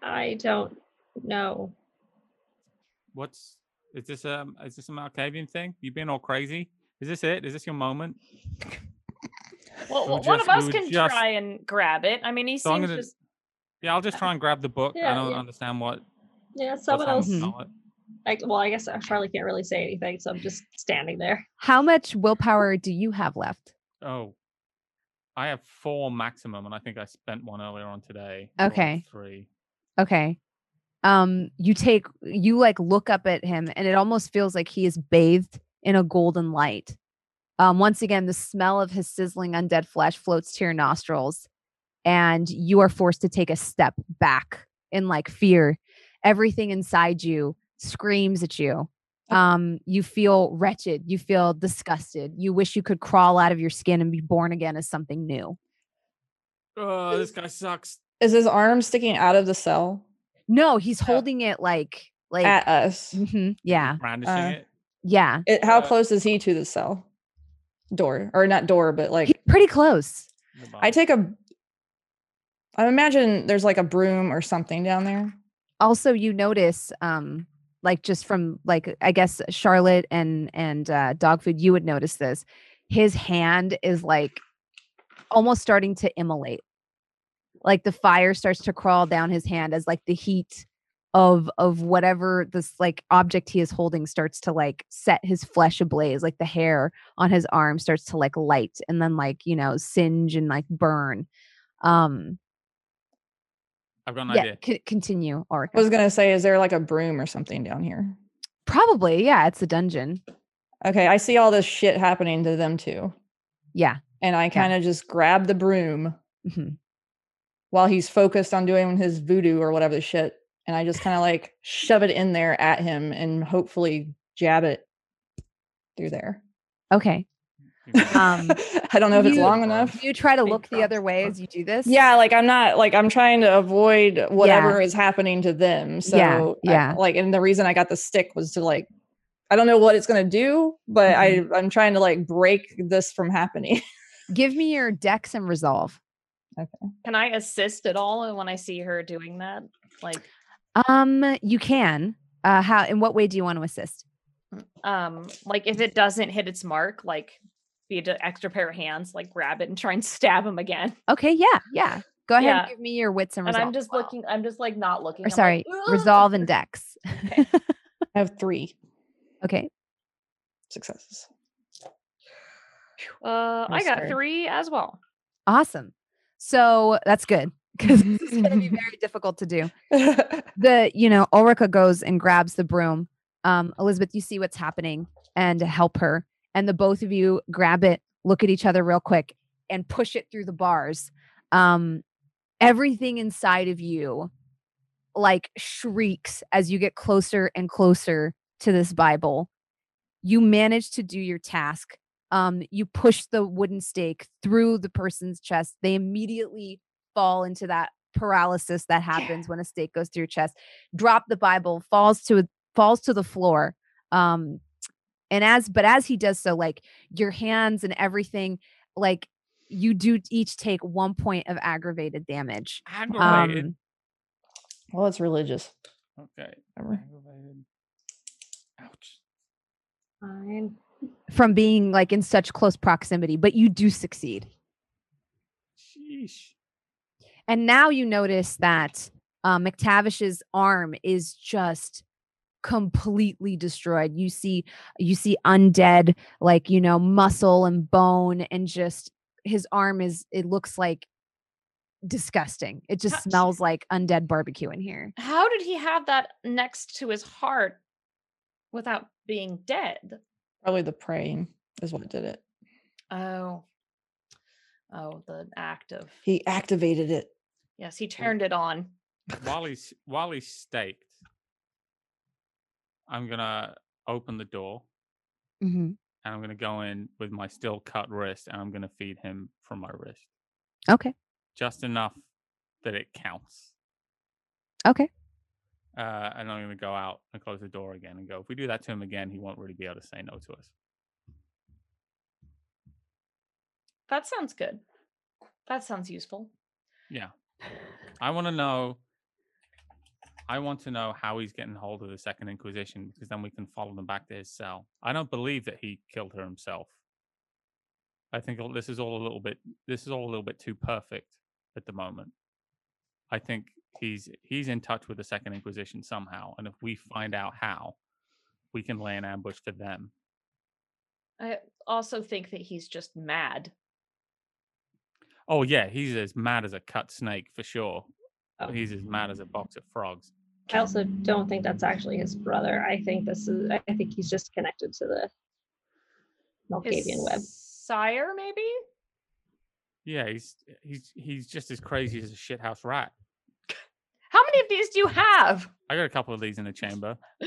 Speaker 5: I don't know.
Speaker 3: What's is this um is this a Malkavian thing? You being all crazy? Is this it? Is this your moment?
Speaker 6: Well,
Speaker 3: We were
Speaker 6: well, one
Speaker 3: just-
Speaker 6: of
Speaker 3: we
Speaker 6: us
Speaker 3: were
Speaker 6: can
Speaker 3: just-
Speaker 6: try and grab it. I mean, he
Speaker 3: So I'm
Speaker 6: seems
Speaker 3: gonna-
Speaker 6: just.
Speaker 3: Yeah, I'll just try and grab the book. I
Speaker 5: Yeah,
Speaker 3: don't
Speaker 5: yeah.
Speaker 3: understand what
Speaker 5: Yeah,
Speaker 3: what's
Speaker 5: someone
Speaker 3: wrong
Speaker 5: else.
Speaker 3: with
Speaker 2: Mhm.
Speaker 3: Charlotte.
Speaker 5: I, well, I guess uh, Charlie can't really say anything, so I'm just standing there.
Speaker 2: How much willpower do you have left?
Speaker 3: Oh, I have four maximum, and I think I spent one earlier on today. or
Speaker 2: Okay.
Speaker 3: Three.
Speaker 2: Okay. Um, you take you like look up at him, and it almost feels like he is bathed in a golden light. Um, once again, the smell of his sizzling undead flesh floats to your nostrils, and you are forced to take a step back in like fear. Everything inside you screams at you. Um, you feel wretched. You feel disgusted. You wish you could crawl out of your skin and be born again as something new.
Speaker 3: Oh, this guy sucks.
Speaker 4: Is his arm sticking out of the cell
Speaker 2: No, he's
Speaker 3: Yeah.
Speaker 2: holding it like like
Speaker 4: at us?
Speaker 2: mhm, yeah,
Speaker 3: Brandishing
Speaker 4: Uh,
Speaker 3: it.
Speaker 2: yeah.
Speaker 4: It, how
Speaker 3: Yeah.
Speaker 4: close is he to the cell door, or not door, but like
Speaker 2: He's pretty close.
Speaker 3: in the
Speaker 4: I
Speaker 3: bottom.
Speaker 4: take a. I imagine there's like a broom or something down there.
Speaker 2: Also, you notice, um, like just from like I guess Charlotte and and uh, dog food, you would notice this. His hand is like almost starting to immolate. Like the fire starts to crawl down his hand as like the heat of of whatever this like object he is holding starts to like set his flesh ablaze. Like the hair on his arm starts to like light and then like you know singe and like burn. Um,
Speaker 3: I've got an
Speaker 2: yeah,
Speaker 3: idea.
Speaker 2: c- continue, Orica.
Speaker 4: I was gonna say, is there like a broom or something down here?
Speaker 2: Probably, yeah. It's a dungeon.
Speaker 4: Okay, I see all this shit happening to them too,
Speaker 2: Yeah.
Speaker 4: and I kind of just grab the broom
Speaker 2: mhm.
Speaker 4: while he's focused on doing his voodoo or whatever the shit, and I just kind of like shove it in there at him and hopefully jab it through there.
Speaker 2: Okay.
Speaker 3: You know,
Speaker 2: Um,
Speaker 4: I don't know if it's
Speaker 2: you-
Speaker 4: long enough.
Speaker 2: You try to
Speaker 5: Big
Speaker 2: look the
Speaker 5: drop.
Speaker 2: other way as you do this.
Speaker 4: Yeah, like I'm not like I'm trying to avoid whatever is happening to them. So
Speaker 2: Yeah,
Speaker 4: I-
Speaker 2: yeah.
Speaker 4: like and the reason I got the stick was to like I don't know what it's gonna do, but
Speaker 2: Mm-hmm.
Speaker 4: I I'm trying to like break this from happening.
Speaker 2: Give me your dex and resolve.
Speaker 6: Can I assist at all when I see her doing that? Like,
Speaker 2: Um, you can. Uh, how? In what way do you want to assist?
Speaker 6: um, like if it doesn't hit its mark, like be an extra pair of hands, like grab it and try and stab him again.
Speaker 2: Okay. Yeah. Yeah. Go ahead.
Speaker 6: Yeah.
Speaker 2: And give me your wits and
Speaker 6: And
Speaker 2: resolve.
Speaker 6: I'm just
Speaker 2: as well.
Speaker 6: looking. I'm just like not looking.
Speaker 2: Or
Speaker 6: I'm like,
Speaker 2: sorry,
Speaker 6: "Ugh."
Speaker 2: resolve and dex.
Speaker 6: Okay.
Speaker 4: I have three
Speaker 2: Okay.
Speaker 4: successes.
Speaker 6: Uh, I
Speaker 4: Yes,
Speaker 6: got
Speaker 4: sir.
Speaker 6: three as well.
Speaker 2: Awesome. So that's good because this is going to be very difficult to do. the you know ulrica goes and grabs the broom um elizabeth you see what's happening and help her and the both of you grab it look at each other real quick and push it through the bars um everything inside of you like shrieks as you get closer and closer to this bible you manage to do your task um you push the wooden stake through the person's chest they immediately fall into that paralysis that happens when a stake goes through your chest drop the bible falls to falls to the floor um and as but as he does so like your hands and everything like you do each take one point of aggravated damage
Speaker 3: aggravated.
Speaker 2: um
Speaker 4: well, it's religious.
Speaker 3: okay.
Speaker 4: Whatever.
Speaker 3: Aggravated. Ouch.
Speaker 5: Fine.
Speaker 2: from being like in such close proximity but you do succeed
Speaker 3: Sheesh.
Speaker 2: And now you notice that uh, McTavish's arm is just completely destroyed. You see, you see undead, like you know, muscle and bone, and just his arm is. It looks like disgusting. It just
Speaker 6: Touch.
Speaker 2: smells like undead barbecue in here.
Speaker 6: How did he have that next to his heart without being dead?
Speaker 4: Probably the praying is what did it.
Speaker 6: Oh, oh, the act of
Speaker 4: He activated it.
Speaker 6: yes, he turned it on.
Speaker 3: while he's while he's staked, I'm gonna open the door
Speaker 2: hmm
Speaker 3: and I'm gonna go in with my still cut wrist, and I'm gonna feed him from my wrist,
Speaker 2: Okay.
Speaker 3: just enough that it counts.
Speaker 2: Okay.
Speaker 3: Uh, and I'm gonna go out and close the door again and go. If we do that to him again, he won't really be able to say no to us.
Speaker 6: That sounds good. That sounds useful.
Speaker 3: I want to know. I want to know how he's getting hold of the Second Inquisition because then we can follow them back to his cell. I don't believe that he killed her himself. I think all- this is all a little bit. This is all a little bit too perfect at the moment. I think he's he's in touch with the Second Inquisition somehow, and if we find out how, we can lay an ambush to them.
Speaker 6: I also think that he's just mad.
Speaker 3: Oh yeah, he's as mad as a cut snake for sure.
Speaker 5: Oh.
Speaker 3: He's as mad as a box of frogs.
Speaker 5: I also don't think that's actually his brother. I think this is. I I think he's just connected to the
Speaker 6: His
Speaker 5: Malkavian web.
Speaker 6: Sire, maybe?
Speaker 3: Yeah, he's he's he's just as crazy as a shithouse rat.
Speaker 6: How many of these do you have?
Speaker 3: I got a couple of these in the chamber.
Speaker 6: A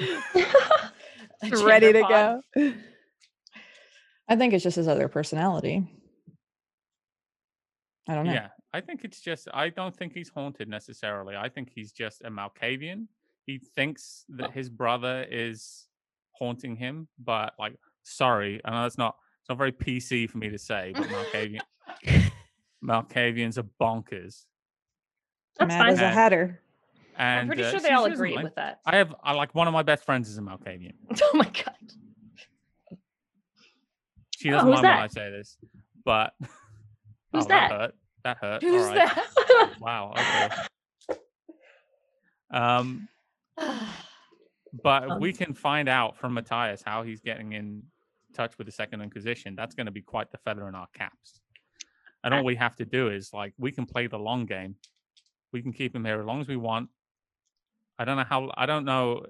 Speaker 6: chamber
Speaker 2: Ready to
Speaker 6: pod.
Speaker 2: go.
Speaker 4: I think it's just his other personality. I don't know.
Speaker 3: Yeah, I think it's just I don't think he's haunted necessarily. I think he's just a Malkavian. He thinks that his brother is haunting him, but like, sorry, I know that's not it's not very PC for me to say, but Malkavian Malkavians are bonkers.
Speaker 5: That's
Speaker 4: Mad
Speaker 5: fine.
Speaker 4: as a
Speaker 3: Yeah.
Speaker 4: hatter.
Speaker 3: And
Speaker 6: I'm pretty
Speaker 3: uh,
Speaker 6: sure
Speaker 3: she-
Speaker 6: they
Speaker 3: she
Speaker 6: all
Speaker 3: doesn't
Speaker 6: agree
Speaker 3: mind.
Speaker 6: with that.
Speaker 3: I have I like one of my best friends is a Malkavian.
Speaker 6: oh my god.
Speaker 3: She
Speaker 5: Oh,
Speaker 3: doesn't
Speaker 5: who's
Speaker 3: mind when
Speaker 5: that?
Speaker 3: I say this, but
Speaker 5: Who's
Speaker 3: Oh,
Speaker 5: that?
Speaker 3: hurt. That hurt. All
Speaker 6: Who's
Speaker 3: right.
Speaker 6: that?
Speaker 3: Wow. Okay. Um, but
Speaker 5: Um,
Speaker 3: we can find out from Matthias how he's getting in touch with the Second Inquisition. That's going to be quite the feather in our caps. And all we have to do is like we can play the long game. We can keep him here as long as we want. I don't know how. I don't know.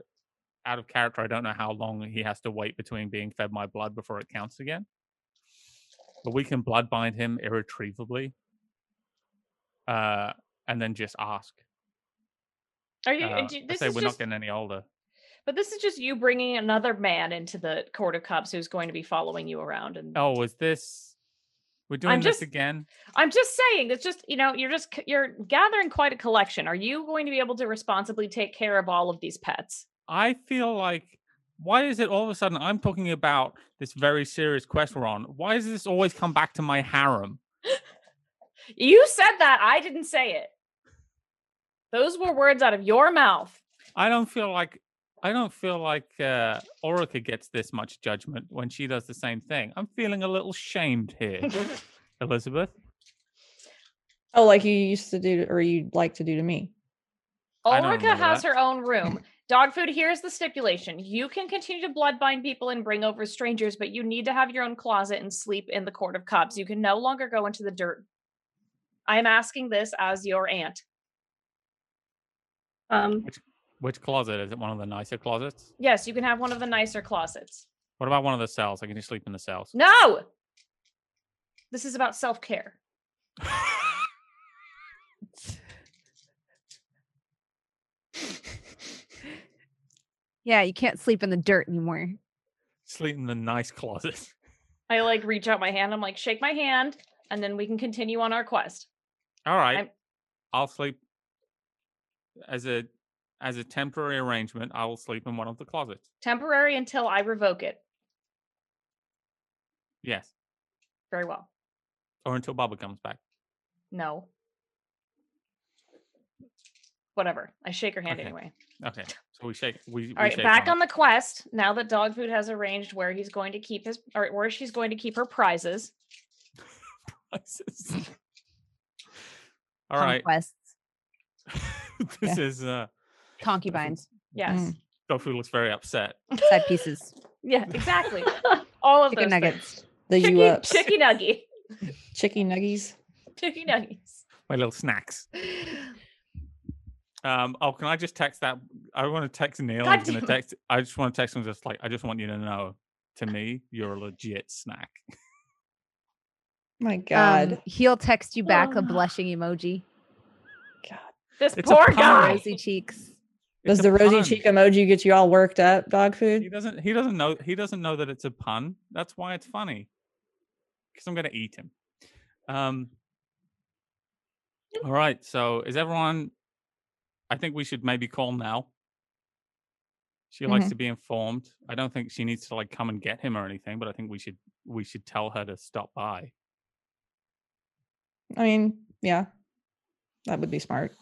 Speaker 3: Out of character, I don't know how long he has to wait between being fed my blood before it counts again. But we can blood bind him irretrievably. Uh, and then just ask.
Speaker 6: Are you,
Speaker 3: Uh,
Speaker 6: do-
Speaker 3: I
Speaker 6: this
Speaker 3: say
Speaker 6: is
Speaker 3: we're
Speaker 6: just,
Speaker 3: not getting any older.
Speaker 6: but this is just you bringing another man into the court of cops who's going to be following you around and
Speaker 3: Oh, was this? We're doing
Speaker 6: just-
Speaker 3: this again.
Speaker 6: I'm just saying, it's just you know, you're just c- you're gathering quite a collection. Are you going to be able to responsibly take care of all of these pets?
Speaker 3: I feel like why is it all of a sudden I'm talking about this very serious quest we're on? Why does this always come back to my harem?
Speaker 6: You said that. I didn't say it. Those were words out of your mouth.
Speaker 3: I don't feel like I don't feel like uh, Orica gets this much judgment when she does the same thing. I'm feeling a little shamed here, Elizabeth.
Speaker 4: Oh, like you used to do, or you like to do to me.
Speaker 3: I don't
Speaker 6: Ulrika
Speaker 3: remember
Speaker 6: has
Speaker 3: that.
Speaker 6: her own room. Dog food, here's the stipulation. You can continue to bloodbind people and bring over strangers, but you need to have your own closet and sleep in the court of cops. You can no longer go into the dirt. I am asking this as your aunt.
Speaker 5: Um,
Speaker 3: Which closet is it? One of the nicer closets?
Speaker 6: Yes, you can have one of the nicer closets.
Speaker 3: What about one of the cells? I can just sleep in the cells.
Speaker 6: No! This is about self care.
Speaker 2: Yeah, you can't sleep in the dirt anymore.
Speaker 3: Sleep in the nice closet.
Speaker 6: I like reach out my hand. I'm like, shake my hand, and then we can continue on our quest.
Speaker 3: All right.
Speaker 6: I'm-
Speaker 3: I'll sleep as a as a temporary arrangement. I will sleep in one of the closets.
Speaker 6: Temporary until I revoke it.
Speaker 3: Yes,
Speaker 6: Very well.
Speaker 3: or until Bubba comes back.
Speaker 6: No. Whatever. I shake her hand
Speaker 3: Okay.
Speaker 6: anyway.
Speaker 3: Okay. So we shake. We,
Speaker 6: All right, back on the quest. Now that dog food has arranged where he's going to keep his or where she's going to keep her prizes.
Speaker 3: the. All right.
Speaker 2: Conquests,
Speaker 3: this is uh.
Speaker 2: concubines,
Speaker 6: Yes.
Speaker 4: Mm.
Speaker 3: Dofu looks very upset.
Speaker 2: side pieces,
Speaker 6: Yeah, exactly. All of
Speaker 2: chicken
Speaker 6: those
Speaker 2: nuggets.
Speaker 4: The
Speaker 6: Things.
Speaker 4: you
Speaker 6: Chicky,
Speaker 4: ups,
Speaker 6: chicky nuggy.
Speaker 4: chicky nuggies.
Speaker 6: Chicky nuggies.
Speaker 3: My little snacks. Um. Oh, can I just text that? I want to text Neil. I'm
Speaker 6: God
Speaker 3: gonna
Speaker 6: damn it.
Speaker 3: text. I just want to text him. Just like I just want you to know. To me, you're a legit snack.
Speaker 4: My
Speaker 2: Um,
Speaker 4: God.
Speaker 2: he'll text you back a
Speaker 5: Oh.
Speaker 2: blushing emoji,
Speaker 4: God.
Speaker 6: This
Speaker 3: It's a
Speaker 6: poor
Speaker 3: pie.
Speaker 6: guy.
Speaker 2: rosy cheeks.
Speaker 3: It's
Speaker 4: Does
Speaker 3: a
Speaker 4: the rosy
Speaker 3: pun.
Speaker 4: cheek emoji get you all worked up, dog
Speaker 3: He
Speaker 4: food?
Speaker 3: doesn't. He doesn't know. He doesn't know that it's a pun. That's why it's funny. Because I'm gonna eat him. Um. All right. So is everyone? I think we should maybe call now. She
Speaker 4: Mm-hmm.
Speaker 3: likes to be informed. I don't think she needs to like come and get him or anything, but I think we should we should tell her to stop by.
Speaker 4: I mean, yeah, that would be smart.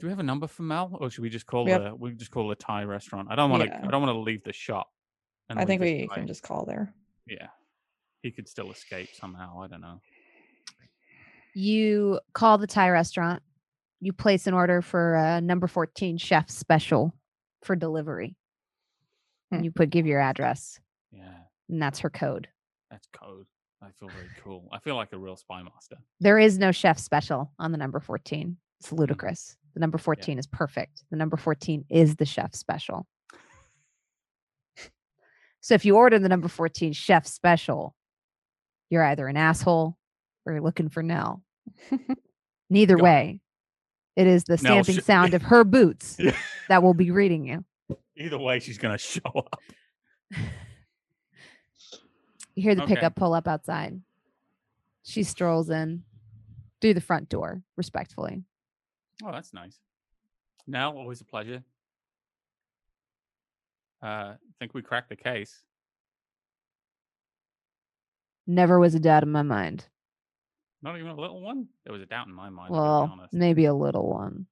Speaker 3: Do we have a number for Mel, or should we just call
Speaker 4: We have-
Speaker 3: the we just call the Thai restaurant? I don't want to.
Speaker 4: Yeah.
Speaker 3: I don't want to leave the shop. and
Speaker 4: I
Speaker 3: leave
Speaker 4: think
Speaker 3: this
Speaker 4: we
Speaker 3: guy.
Speaker 4: can just call there.
Speaker 3: Yeah, he could still escape somehow. I don't know.
Speaker 2: You call the Thai restaurant. You place an order for a number 14 chef special for delivery.
Speaker 4: Hmm.
Speaker 2: And you put give your address,
Speaker 3: Yeah.
Speaker 2: and that's her code.
Speaker 3: That's code. I feel very cool. I feel like a real spy master.
Speaker 2: There is no chef special on the number 14.
Speaker 3: Mm.
Speaker 2: It's ludicrous. The number 14 is perfect. The number 14 is the chef special. So if you order the number 14 chef special, you're either an asshole or you're looking for Nell. Neither
Speaker 3: Got it.
Speaker 2: way, it is the
Speaker 3: Nell
Speaker 2: stamping
Speaker 3: should-
Speaker 2: sound of her boots
Speaker 3: Yeah.
Speaker 2: that will be reading you.
Speaker 3: Either way, she's gonna show up.
Speaker 2: You hear the
Speaker 3: Okay.
Speaker 2: pickup pull up outside. She strolls in through the front door respectfully.
Speaker 3: Oh, that's nice. Now, always a pleasure. Uh, I think we cracked the case.
Speaker 2: Never was a doubt in my mind.
Speaker 3: Not even a little one. There was a doubt in my mind. I'll be
Speaker 2: Well,
Speaker 3: honest.
Speaker 2: maybe a little one.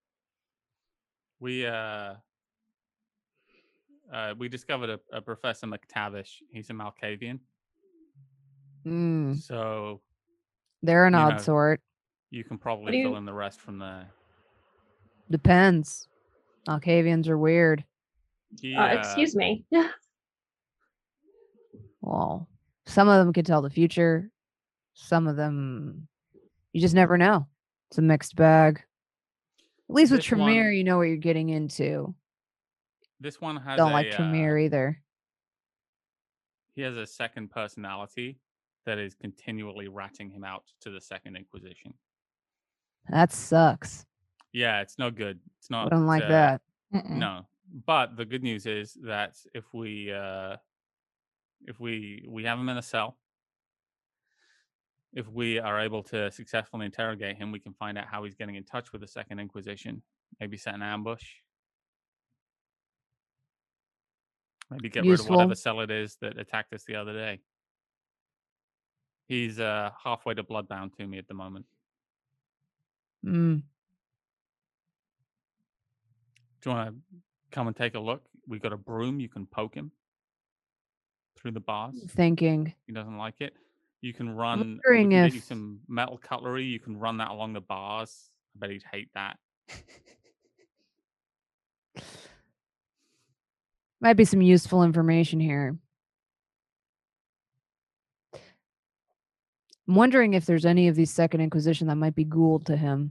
Speaker 3: we uh, uh, we discovered a, a Professor McTavish. He's a Malkavian,
Speaker 2: Mm,
Speaker 3: so
Speaker 2: they're an
Speaker 3: You
Speaker 2: odd
Speaker 3: know,
Speaker 2: sort.
Speaker 3: you can probably
Speaker 5: do you-
Speaker 3: fill in the rest from there.
Speaker 2: Depends. Alcavians are weird.
Speaker 3: He,
Speaker 5: Uh, excuse me.
Speaker 2: Well, some of them can tell the future. Some of them, you just never know. It's a mixed bag. At least with
Speaker 3: This one-
Speaker 2: Tremere, you know what you're getting into.
Speaker 3: This one has
Speaker 2: Don't
Speaker 3: a,
Speaker 2: like
Speaker 3: uh,
Speaker 2: Tremere either.
Speaker 3: he has a second personality that is continually ratting him out to the second inquisition
Speaker 2: That sucks.
Speaker 3: yeah it's no good it's not
Speaker 2: I don't like
Speaker 3: uh,
Speaker 2: that.
Speaker 4: Mm-mm.
Speaker 3: no but the good news is that if we uh if we we have him in a cell if we are able to successfully interrogate him we can find out how he's getting in touch with the second inquisition maybe set an ambush maybe get rid of whatever
Speaker 2: Useful.
Speaker 3: cell it is that attacked us the other day he's uh halfway to bloodbound to me at the moment
Speaker 2: Mm.
Speaker 3: do you want to come and take a look we got a broom you can poke him through the bars
Speaker 2: Thinking.
Speaker 3: he doesn't like it. You can run. we
Speaker 2: wondering
Speaker 3: can get you
Speaker 2: if-
Speaker 3: some metal cutlery. You can run that along the bars. I bet he'd hate that.
Speaker 2: Might be some useful information here. I'm wondering if there's any of these Second Inquisition that might be ghouled to him.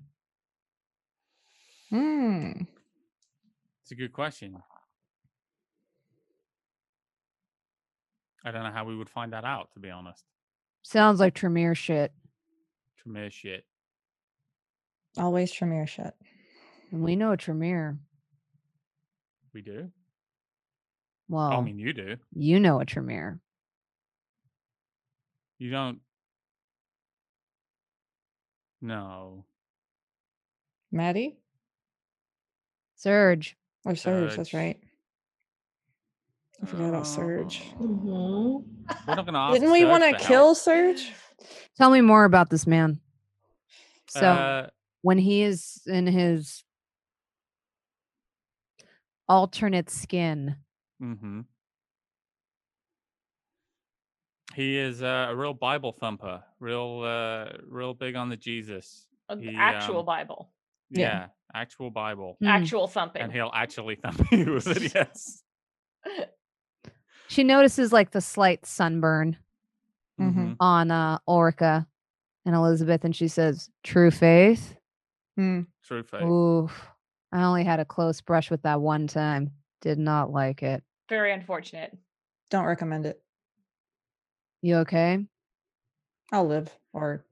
Speaker 4: Hmm.
Speaker 3: It's a good question. I don't know how we would find that out, to be honest.
Speaker 2: Sounds like Tremere shit,
Speaker 3: Tremere shit.
Speaker 4: Always Tremere shit.
Speaker 2: and we know Tremere.
Speaker 3: We do.
Speaker 2: Well,
Speaker 3: Oh, I mean, you do.
Speaker 2: you know a Tremere.
Speaker 3: You don't. No.
Speaker 4: Maddie
Speaker 2: Surge.
Speaker 4: or Surge? That's
Speaker 3: Surge.
Speaker 4: right. I forgot about Surge.
Speaker 5: hmm
Speaker 3: We're not going to ask.
Speaker 4: Didn't we
Speaker 3: Serge
Speaker 4: want to
Speaker 3: for help. Uh,
Speaker 4: kill Surge?
Speaker 2: Tell me more about this man. So
Speaker 3: Uh,
Speaker 2: when he is in his alternate skin,
Speaker 3: Mm-hmm. He is uh, a real Bible thumper, real, uh, real big on the Jesus.
Speaker 6: Uh, the
Speaker 3: He,
Speaker 6: actual
Speaker 3: um,
Speaker 6: Bible,
Speaker 3: Yeah,
Speaker 4: Yeah.
Speaker 3: actual Bible,
Speaker 2: Hmm.
Speaker 6: actual thumping.
Speaker 3: and he'll actually thump you with it. Yes.
Speaker 2: she notices like the slight sunburn
Speaker 4: Mhm.
Speaker 3: Mhm.
Speaker 2: on uh, Orica and Elizabeth, and she says, "True faith."
Speaker 4: Hmm.
Speaker 3: True faith.
Speaker 2: Oof. I only had a close brush with that one time. Did not like it.
Speaker 6: Very unfortunate.
Speaker 4: Don't recommend it.
Speaker 2: You okay?
Speaker 4: I'll live or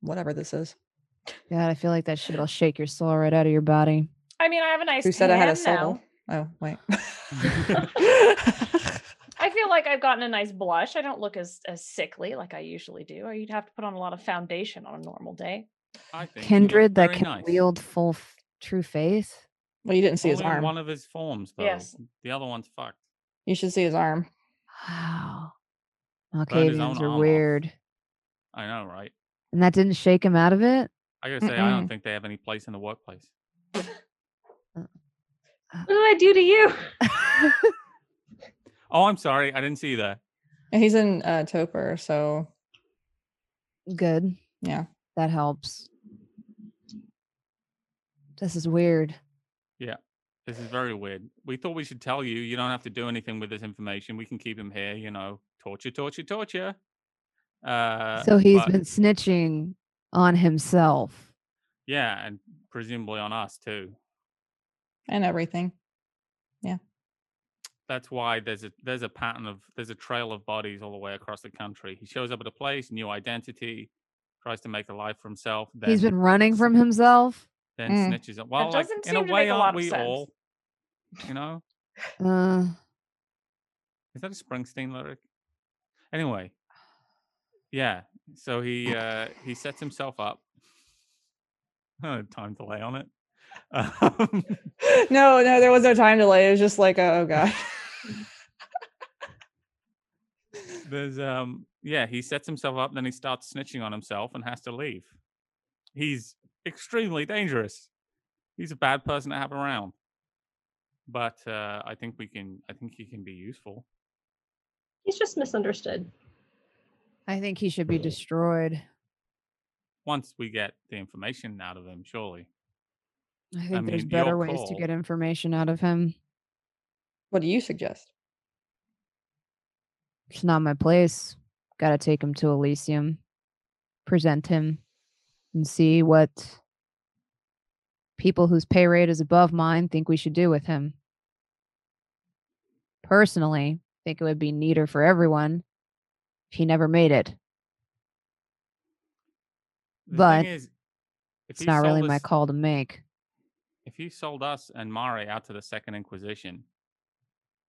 Speaker 4: whatever this is.
Speaker 2: God, I feel like that shit'll shake your soul right out of your body.
Speaker 6: I mean, I have a nice.
Speaker 4: Who said I had a
Speaker 6: tan now.
Speaker 4: soul? Oh, wait.
Speaker 6: I feel like I've gotten a nice blush. I don't look as as sickly like I usually do. Or you'd have to put on a lot of foundation on a normal day.
Speaker 3: I think you look
Speaker 2: Kindred that
Speaker 3: very
Speaker 2: can
Speaker 3: nice.
Speaker 2: wield full f- true faith.
Speaker 4: well, you didn't see his
Speaker 3: Only in
Speaker 4: arm.
Speaker 3: One of his forms, though.
Speaker 6: Yes.
Speaker 3: The other one's fucked.
Speaker 4: You should see his arm.
Speaker 2: Wow.
Speaker 3: his own
Speaker 2: Malkavians
Speaker 3: arm
Speaker 2: are
Speaker 3: off.
Speaker 2: weird.
Speaker 3: I know, right?
Speaker 2: And that didn't shake him out of it?
Speaker 3: I gotta say, I don't think they have any place in the workplace.
Speaker 5: What did I do to you?
Speaker 3: Oh, I'm sorry, I didn't see you there.
Speaker 4: And he's in uh, Toper, so
Speaker 2: Good.
Speaker 4: Yeah.
Speaker 2: That helps. This is weird.
Speaker 3: This is very weird. We thought we should tell you. You don't have to do anything with this information. We can keep him here. You know, torture, torture, torture. Uh,
Speaker 2: so he's
Speaker 3: but-
Speaker 2: been snitching on himself.
Speaker 3: yeah, and presumably on us too.
Speaker 4: and everything.
Speaker 3: That's why there's a there's a pattern of there's a trail of bodies all the way across the country. He shows up at a place, new identity, tries to make a life for himself. Then
Speaker 2: he's been running from himself.
Speaker 3: then
Speaker 4: Mm.
Speaker 3: snitches. on- Well, like,
Speaker 6: doesn't
Speaker 3: in a
Speaker 6: seem to
Speaker 3: way,
Speaker 6: make a lot
Speaker 3: aren't
Speaker 6: of
Speaker 3: we
Speaker 6: sense.
Speaker 3: all? You know,
Speaker 2: Uh,
Speaker 3: is that a Springsteen lyric? Anyway, yeah. So he uh, he sets himself up. Oh, time to lay on it. Um,
Speaker 4: No, no, there was no time delay. It was just like, oh, god.
Speaker 3: there's um yeah he sets himself up then he starts snitching on himself and has to leave he's extremely dangerous he's a bad person to have around but uh i think we can i think he can be useful
Speaker 5: He's just misunderstood.
Speaker 2: I think he should be destroyed.
Speaker 3: once we get the information out of him surely
Speaker 2: I think there's
Speaker 3: mean, your
Speaker 2: better ways to
Speaker 3: call.
Speaker 2: get information out of him.
Speaker 4: what do you suggest?
Speaker 2: It's not my place. Got to take him to Elysium, present him, and see what people whose pay rate is above mine think we should do with him. Personally, think it would be neater for everyone if he never made it.
Speaker 3: the
Speaker 2: But
Speaker 3: thing is if
Speaker 2: It's
Speaker 3: he
Speaker 2: not
Speaker 3: sold
Speaker 2: really my
Speaker 3: us-
Speaker 2: call to make.
Speaker 3: if you sold us and mari out to the second inquisition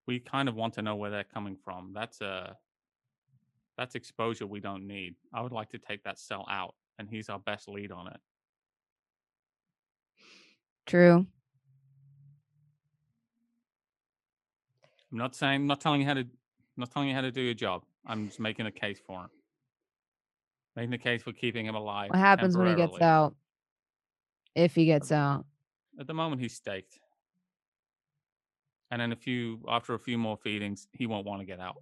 Speaker 3: we kind of want to know where they're coming from that's a that's exposure we don't need i would like to take that cell out and he's our best lead on it
Speaker 2: True.
Speaker 3: I'm not saying, not telling you how to, not telling you how to do your job. I'm just making a case for him. Making the case for keeping him alive.
Speaker 2: What happens when he gets
Speaker 3: temporarily.
Speaker 2: out? If he gets out.
Speaker 3: At the moment, he's staked. And then a few, after a few more feedings, he won't want to get out.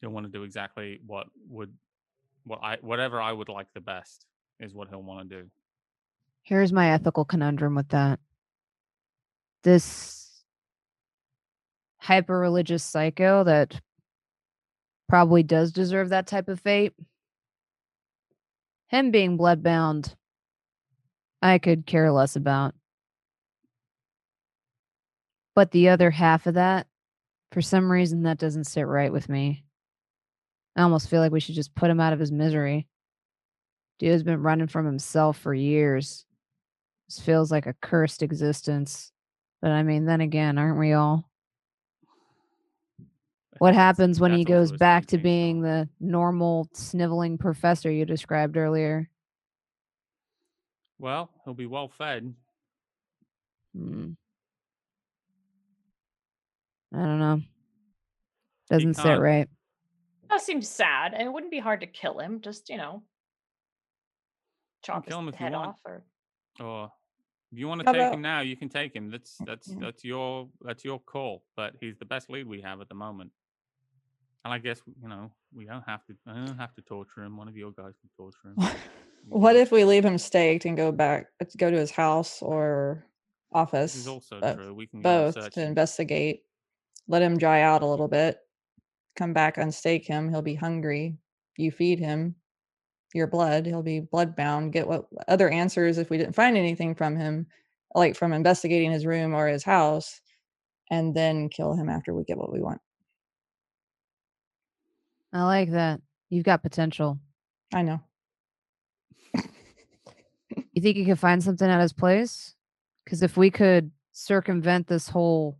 Speaker 3: He'll want to do exactly what would, what I, whatever I would like the best is what he'll want to do.
Speaker 2: Here's my ethical conundrum with that. This hyper religious psycho that probably does deserve that type of fate, him being bloodbound, I could care less about. But the other half of that, for some reason, that doesn't sit right with me. I almost feel like we should just put him out of his misery. Dude's been running from himself for years. This feels like a cursed existence. But I mean, then again, aren't we all? What
Speaker 3: That's-
Speaker 2: happens when he
Speaker 3: that's also
Speaker 2: goes
Speaker 3: his
Speaker 2: back to
Speaker 3: thinking,
Speaker 2: being
Speaker 3: so-
Speaker 2: the normal sniveling professor you described earlier?
Speaker 3: Well, he'll be well fed.
Speaker 2: Hmm. I don't know.
Speaker 3: He
Speaker 2: Doesn't sit
Speaker 3: can't-
Speaker 2: right.
Speaker 6: That seems sad, and it wouldn't be hard to kill him. Just you know, chop his
Speaker 3: kill him if you
Speaker 6: head
Speaker 3: want.
Speaker 6: off, or
Speaker 3: or Oh, if you want to
Speaker 4: How
Speaker 3: take
Speaker 4: about- Mm,
Speaker 3: him now, you can take him. That's that's
Speaker 4: Yeah.
Speaker 3: that's your that's your call. But he's the best lead we have at the moment. And I guess you know we don't have to. I don't have to torture him. One of your guys can torture him. You
Speaker 4: What
Speaker 3: can.
Speaker 4: if we leave him staked and go back, go to his house or
Speaker 3: This
Speaker 4: office?
Speaker 3: is also
Speaker 4: uh,
Speaker 3: true. We can go and
Speaker 4: both
Speaker 3: search
Speaker 4: to
Speaker 3: him.
Speaker 4: investigate, let him dry out a little bit, come back, unstake him. He'll be hungry. You feed him your blood. He'll be bloodbound. Get what other answers if we didn't find anything from him, like from investigating his room or his house, and then kill him after we get what we want.
Speaker 2: I like that. You've got potential.
Speaker 4: I know.
Speaker 2: You think you could find something at his place? Because if we could circumvent this whole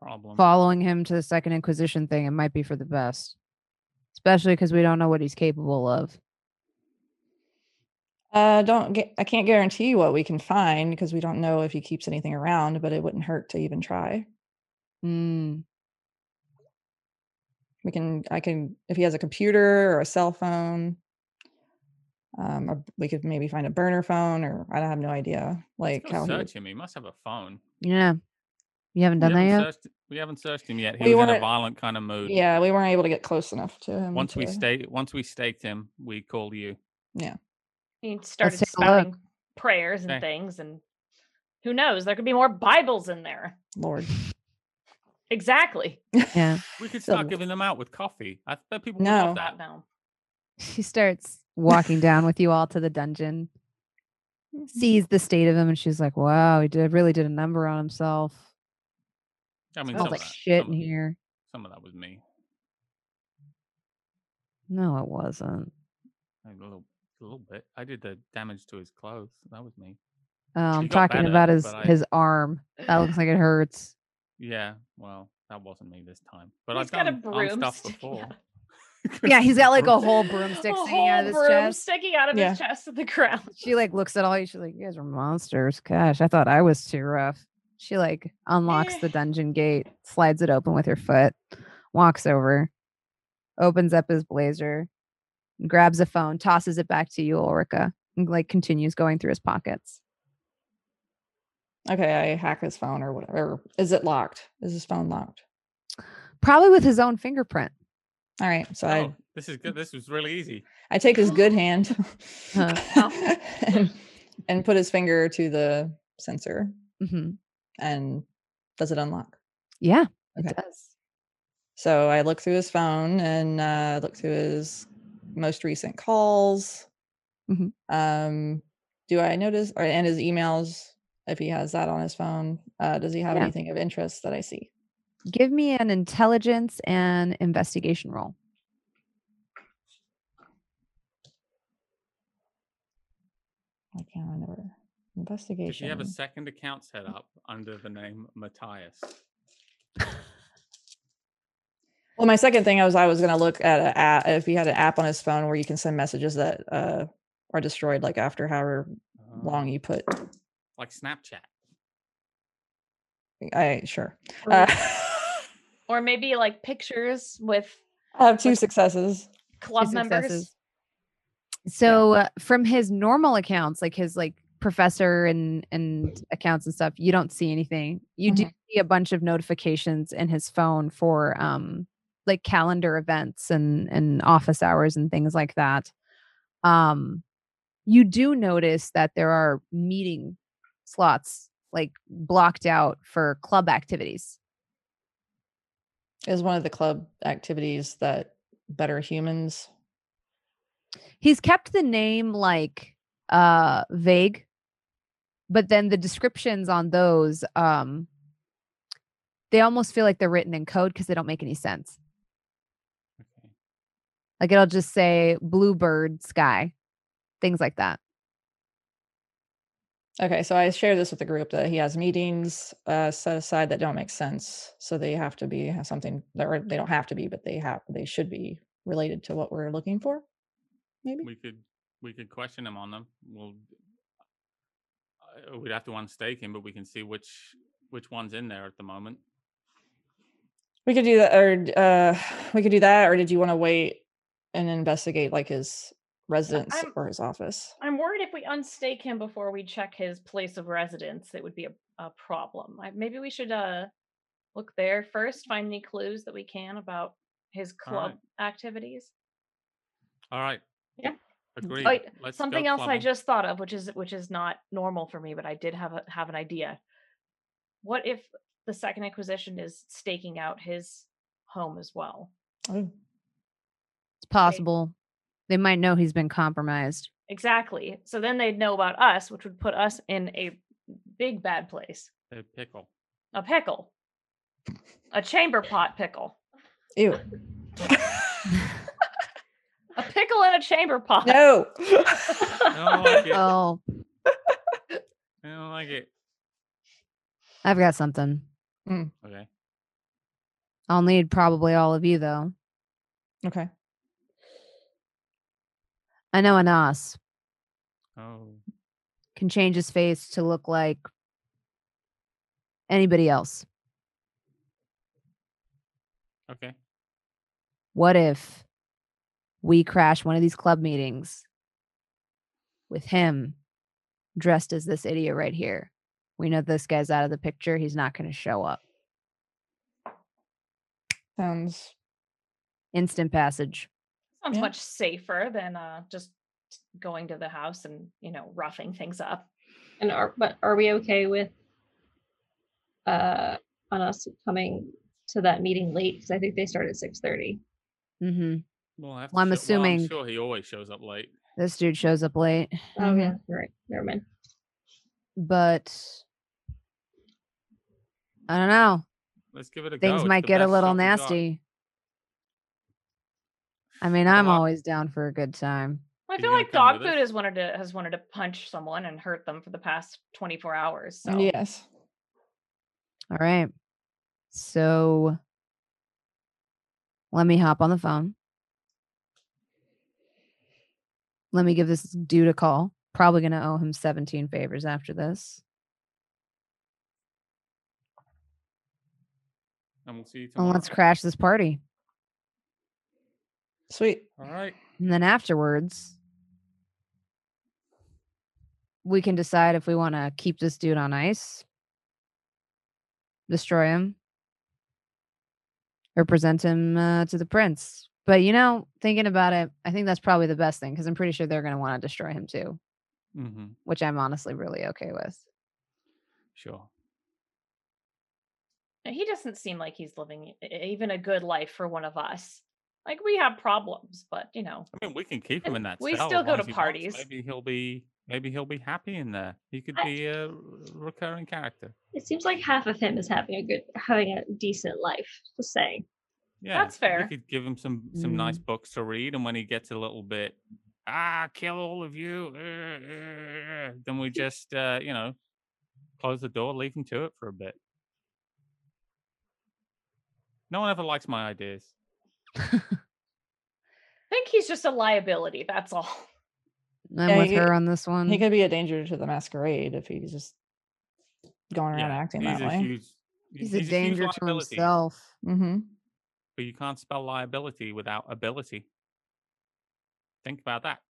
Speaker 3: Problem.
Speaker 2: following him to the second Inquisition thing, it might be for the best. Especially because we don't know what he's capable of.
Speaker 4: Uh, don't get, I can't guarantee what we can find because we don't know if he keeps anything around, but it wouldn't hurt to even try.
Speaker 2: Mm,
Speaker 4: We can, I can, if he has a computer or a cell phone, um, or we could maybe find a burner phone or I have no idea. Like
Speaker 3: Let's go
Speaker 4: how he would-
Speaker 3: search him. He must have a phone.
Speaker 2: yeah. You haven't done
Speaker 3: we,
Speaker 2: that
Speaker 3: haven't
Speaker 2: yet?
Speaker 3: searched, we haven't searched him yet. He
Speaker 4: We
Speaker 3: was in a
Speaker 4: weren't-
Speaker 3: violent kind of mood.
Speaker 4: yeah, we weren't able to get close enough to him.
Speaker 3: Once we
Speaker 4: to-
Speaker 3: staked, once we staked him, we called you.
Speaker 6: He
Speaker 2: take
Speaker 3: uh,
Speaker 6: started
Speaker 2: a look.
Speaker 6: spouting prayers and
Speaker 3: Okay.
Speaker 6: things, and who knows? There could be more Bibles in there.
Speaker 4: Lord.
Speaker 6: Exactly.
Speaker 2: Yeah.
Speaker 3: We could
Speaker 4: So-
Speaker 3: start giving them out with coffee. I bet people would love
Speaker 4: No.
Speaker 3: that.
Speaker 6: Not now.
Speaker 2: She starts walking down with you all to the dungeon, sees the state of him, and she's like, wow, he did, really did a number on himself.
Speaker 3: I mean,
Speaker 2: Smells
Speaker 3: some
Speaker 2: like
Speaker 3: of that,
Speaker 2: shit
Speaker 3: some
Speaker 2: in
Speaker 3: of-
Speaker 2: here.
Speaker 3: Some of that was me.
Speaker 2: No, it wasn't.
Speaker 3: A little, a little bit. I did the damage to his clothes. That was me.
Speaker 2: Uh, I'm
Speaker 3: got
Speaker 2: talking
Speaker 3: better,
Speaker 2: about his
Speaker 3: but I-
Speaker 2: his arm. That looks like it hurts.
Speaker 3: Yeah. Well, that wasn't me this time. But
Speaker 6: He's
Speaker 3: I've
Speaker 6: got
Speaker 3: done
Speaker 6: a
Speaker 3: dumb
Speaker 6: broom
Speaker 3: stuff
Speaker 6: sticking out
Speaker 3: before.
Speaker 6: of-
Speaker 2: Yeah, he's got like a whole
Speaker 6: a
Speaker 2: broomstick sticking
Speaker 6: whole
Speaker 2: out of his
Speaker 6: broom
Speaker 2: chest.
Speaker 6: sticking out of
Speaker 4: Yeah.
Speaker 6: his chest at the ground.
Speaker 2: She like looks at all you. She's like, "You guys are monsters." Gosh, I thought I was too rough. She like unlocks
Speaker 6: Eh.
Speaker 2: the dungeon gate, slides it open with her foot, walks over, opens up his blazer, grabs a phone, tosses it back to you, Ulrica, and like continues going through his pockets.
Speaker 4: Okay, I hack his phone or whatever. Is it locked? Is his phone locked?
Speaker 2: Probably with his own fingerprint.
Speaker 4: All right, so I
Speaker 3: Oh, this is good. This was really easy.
Speaker 4: I take his good hand
Speaker 2: Huh.
Speaker 6: Oh.
Speaker 4: and, and put his finger to the sensor
Speaker 2: hmm
Speaker 4: and does it unlock?
Speaker 2: Yeah,
Speaker 4: Okay.
Speaker 2: it does.
Speaker 4: So I look through his phone and uh, look through his most recent calls.
Speaker 2: Mhm.
Speaker 4: Um, do I notice or and his emails if he has that on his phone? Uh, does he have
Speaker 2: Yeah.
Speaker 4: anything of interest that I see?
Speaker 2: Give me an intelligence and investigation roll.
Speaker 4: I can't remember.
Speaker 3: Did
Speaker 4: Investigation.
Speaker 3: you have a second account set up under the name Matthias?
Speaker 4: Well, my second thing was I was going to look at a app, if he had an app on his phone where you can send messages that uh, are destroyed, like after however long
Speaker 3: Uh,
Speaker 4: you put.
Speaker 3: Like Snapchat.
Speaker 4: I sure.
Speaker 5: Oh,
Speaker 6: Or,
Speaker 4: Uh,
Speaker 6: or maybe like pictures with
Speaker 4: I have two successes.
Speaker 6: club
Speaker 2: Two
Speaker 6: members.
Speaker 2: successes. So uh, from his normal accounts, like his like professor and and accounts and stuff, you don't see anything. You do see a bunch of notifications in his phone for um like calendar events and and office hours and things like that. Um you do notice that there are meeting slots like blocked out for club activities.
Speaker 4: Is one of the club activities that better humans.
Speaker 2: he's kept the name like uh vague but then the descriptions on those um they almost feel like they're written in code because they don't make any sense
Speaker 3: Okay.
Speaker 2: like it'll just say bluebird sky things like that
Speaker 4: Okay, so I share this with the group that he has meetings uh, set aside that don't make sense, so they have to be have something that or they don't have to be, but they have they should be related to what we're looking for. Maybe.
Speaker 3: We could we could question him on them. We'll uh, we'd have to unstake him, but we can see which which one's in there at the moment.
Speaker 4: We could do that, or uh, we could do that, or did you want to wait and investigate like his residence
Speaker 6: I'm-
Speaker 4: or his office?
Speaker 6: I'm worried if we unstake him before we check his place of residence, it would be a, a problem. I, maybe we should uh, look there first, find any clues that we can about his club
Speaker 3: Alright.
Speaker 6: activities.
Speaker 3: All right.
Speaker 5: Yeah.
Speaker 3: Agreed.
Speaker 6: Wait,
Speaker 3: Let's go
Speaker 6: Oh, Something else I
Speaker 3: clubbing.
Speaker 6: just thought of, which is which is not normal for me, but I did have a, have an idea. What if the second acquisition is staking out his home as well?
Speaker 4: Oh,
Speaker 2: it's possible they might know he's been compromised
Speaker 6: Exactly. So then they'd know about us, which would put us in a big bad place.
Speaker 3: A pickle.
Speaker 6: A pickle. A chamber pot pickle.
Speaker 4: ew.
Speaker 6: A pickle in a chamber pot.
Speaker 4: no.
Speaker 3: No, I like it.
Speaker 2: oh
Speaker 3: Oh, I don't like it.
Speaker 2: I've got something.
Speaker 3: Okay.
Speaker 2: I'll need probably all of you though.
Speaker 4: Okay.
Speaker 2: I know Anas
Speaker 3: Oh.
Speaker 2: can change his face to look like anybody else.
Speaker 3: Okay.
Speaker 2: What if we crash one of these club meetings with him dressed as this idiot right here? We know this guy's out of the picture. He's not going to show up.
Speaker 4: Sounds
Speaker 2: Instant passage.
Speaker 6: Sounds
Speaker 4: Yeah.
Speaker 6: much safer than uh, just going to the house and you know roughing things up.
Speaker 5: And are but are we okay with uh on us coming to that meeting late? Because I think they start at six thirty.
Speaker 3: Mm-hmm.
Speaker 2: hmm
Speaker 3: Well, I have to
Speaker 2: Well, I'm
Speaker 3: show-
Speaker 2: assuming-
Speaker 3: I'm sure he always shows up late.
Speaker 2: This dude shows up late,
Speaker 5: Oh yeah, you're right. Never mind.
Speaker 2: but I don't know.
Speaker 3: Let's give it a go.
Speaker 2: Things
Speaker 3: It's
Speaker 2: might
Speaker 3: the
Speaker 2: get a
Speaker 3: best
Speaker 2: little
Speaker 3: shot we got.
Speaker 2: nasty. I mean, I'm
Speaker 3: Come on.
Speaker 2: always down for a good time.
Speaker 6: I
Speaker 3: Are you
Speaker 6: feel
Speaker 3: gonna
Speaker 6: like
Speaker 3: come
Speaker 6: dog
Speaker 3: with
Speaker 6: food
Speaker 3: us?
Speaker 6: has wanted to has wanted to punch someone and hurt them for the past 24 hours. So
Speaker 4: yes.
Speaker 2: All right. So let me hop on the phone. Let me give this dude a call. Probably going to owe him 17 favors after this.
Speaker 3: And we'll see you tomorrow.
Speaker 2: And let's crash this party.
Speaker 4: Sweet.
Speaker 3: All right.
Speaker 2: And then afterwards, we can decide if we want to keep this dude on ice, destroy him, or present him uh, to the prince. But you know, thinking about it, I think that's probably the best thing because I'm pretty sure they're going to want to destroy him too,
Speaker 3: Mm-hmm.
Speaker 2: which I'm honestly really okay with.
Speaker 3: Sure.
Speaker 6: he doesn't seem like he's living e- e- even a good life for one of us. Like we have problems, but you know,
Speaker 3: I mean, we can keep him in that.
Speaker 6: We
Speaker 3: cell
Speaker 6: still
Speaker 3: as
Speaker 6: go
Speaker 3: long
Speaker 6: to
Speaker 3: as he wants.
Speaker 6: parties.
Speaker 3: Maybe he'll be. Maybe he'll be happy in there. He could
Speaker 5: I-
Speaker 3: be a r- recurring character.
Speaker 5: It seems like half of him is having a good, having a decent life. Just saying.
Speaker 3: Yeah,
Speaker 6: That's fair.
Speaker 3: We could give him some some nice
Speaker 2: Mm.
Speaker 3: books to read, and when he gets a little bit, ah, kill all of you, uh, uh, uh," then we just uh, you know close the door, leave him to it for a bit. No one ever likes my ideas.
Speaker 6: I think he's just a liability. That's all.
Speaker 2: I'm
Speaker 4: Yeah,
Speaker 2: with
Speaker 4: he-
Speaker 2: her on this one.
Speaker 4: He could be a danger to the masquerade if he's just going around
Speaker 3: yeah,
Speaker 4: acting
Speaker 3: he's
Speaker 4: that
Speaker 3: a
Speaker 4: way.
Speaker 3: huge.
Speaker 2: He's,
Speaker 3: huge
Speaker 2: a danger to
Speaker 3: liability,
Speaker 2: himself.
Speaker 4: Mm-hmm.
Speaker 3: But you can't spell liability without ability. Think about that.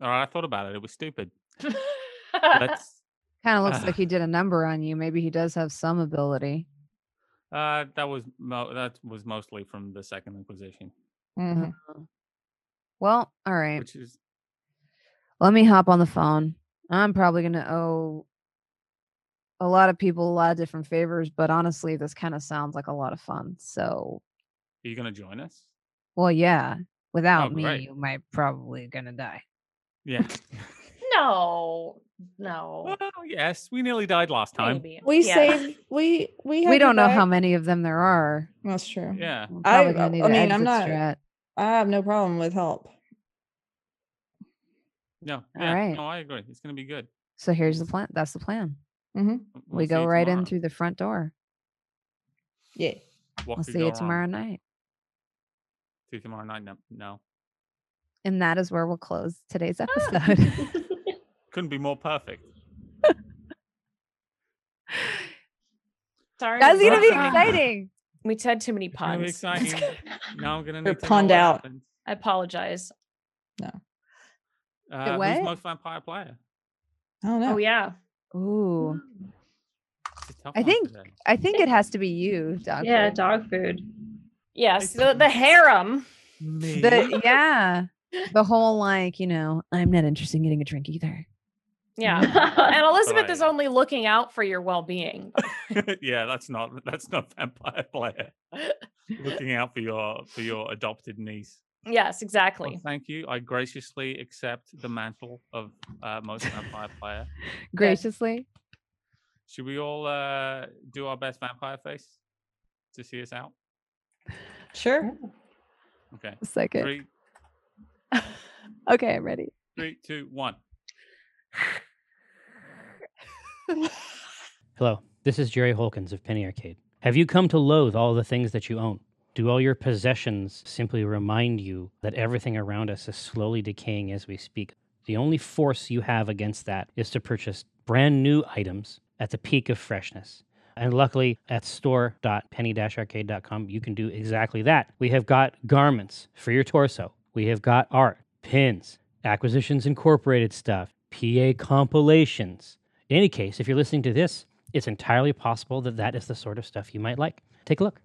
Speaker 3: All right, I thought about it. It was stupid. Let's.
Speaker 2: Kind of looks
Speaker 3: Ah.
Speaker 2: like he did a number on you. Maybe he does have some ability.
Speaker 3: Uh, that was mo- that was mostly from the Second Inquisition.
Speaker 4: hmm
Speaker 2: Um, Well, all right.
Speaker 3: which is
Speaker 2: Let me hop on the phone. I'm probably going to owe a lot of people a lot of different favors, but honestly, this kind of sounds like a lot of fun. So,
Speaker 3: are you going to join us
Speaker 2: well, yeah, without me,
Speaker 3: great.
Speaker 2: you might probably going to die.
Speaker 3: yeah
Speaker 6: no, no.
Speaker 3: well yes we nearly died last time
Speaker 6: Maybe.
Speaker 4: We
Speaker 6: Yeah.
Speaker 4: save. We we.
Speaker 2: We
Speaker 4: had you
Speaker 2: don't know how
Speaker 4: back.
Speaker 2: many of them there are.
Speaker 4: That's true.
Speaker 3: yeah
Speaker 2: We're
Speaker 4: I-
Speaker 2: probably gonna
Speaker 4: I-
Speaker 2: need
Speaker 4: I
Speaker 2: an
Speaker 4: mean,
Speaker 2: exit
Speaker 4: I'm not-
Speaker 2: strat.
Speaker 4: I have no problem with help.
Speaker 3: no yeah,
Speaker 2: right.
Speaker 3: no i agree it's going to be good
Speaker 2: So here's the plan. That's the plan.
Speaker 4: Mm-hmm.
Speaker 3: W- we'll
Speaker 2: we
Speaker 3: see
Speaker 2: go
Speaker 3: you
Speaker 2: right in
Speaker 3: tomorrow.
Speaker 2: through the front door.
Speaker 4: Yeah.
Speaker 3: what
Speaker 2: We'll
Speaker 3: could
Speaker 2: see
Speaker 3: go
Speaker 2: you
Speaker 3: wrong?
Speaker 2: tomorrow night.
Speaker 3: see you tomorrow night no, no
Speaker 2: And that is where we'll close today's episode.
Speaker 3: couldn't be more perfect
Speaker 6: Sorry.
Speaker 2: That's
Speaker 6: we
Speaker 2: going to be
Speaker 6: said too many-
Speaker 2: exciting.
Speaker 6: We said too many
Speaker 3: It's gonna be
Speaker 6: puns. That's
Speaker 3: exciting.
Speaker 6: good.
Speaker 3: now i'm going to need
Speaker 4: They're
Speaker 3: to know
Speaker 4: punned
Speaker 3: what
Speaker 4: out.
Speaker 3: happens.
Speaker 6: I apologize.
Speaker 3: uh,
Speaker 2: what?
Speaker 3: who's most vampire player
Speaker 4: I don't know.
Speaker 6: Oh yeah.
Speaker 2: Ooh.
Speaker 3: It's a tough
Speaker 2: I
Speaker 3: one
Speaker 2: think-
Speaker 3: today.
Speaker 2: I think it has to be you, Doctor.
Speaker 5: yeah, dog food.
Speaker 6: Yes, the,
Speaker 3: don't-
Speaker 6: the harem.
Speaker 3: me
Speaker 2: the yeah the whole like you know i'm not interested in getting a drink either
Speaker 6: Yeah. And Elizabeth is
Speaker 3: Right.
Speaker 6: only looking out for your well-being.
Speaker 3: yeah that's not that's not vampire player looking out for your for your adopted niece
Speaker 6: Yes,
Speaker 3: Well,
Speaker 6: exactly.
Speaker 3: thank you. I graciously accept the mantle of uh, most vampire player.
Speaker 2: graciously
Speaker 3: Should we all uh, do our best vampire face to see us out?
Speaker 4: Sure.
Speaker 3: Okay.
Speaker 2: a second
Speaker 3: Three,
Speaker 2: okay i'm ready
Speaker 3: three, two, one.
Speaker 6: happened?
Speaker 1: Hello, this is Jerry Holkins of Penny Arcade. Have you come to loathe all the things that you own? Do all your possessions simply remind you that everything around us is slowly decaying as we speak? The only force you have against that is to purchase brand new items at the peak of freshness. And luckily, at store.penny arcade.com, you can do exactly that. We have got garments for your torso, we have got art, pins, acquisitions incorporated stuff, PA compilations. In any case, if you're listening to this, it's entirely possible that that is the sort of stuff you might like. Take a look.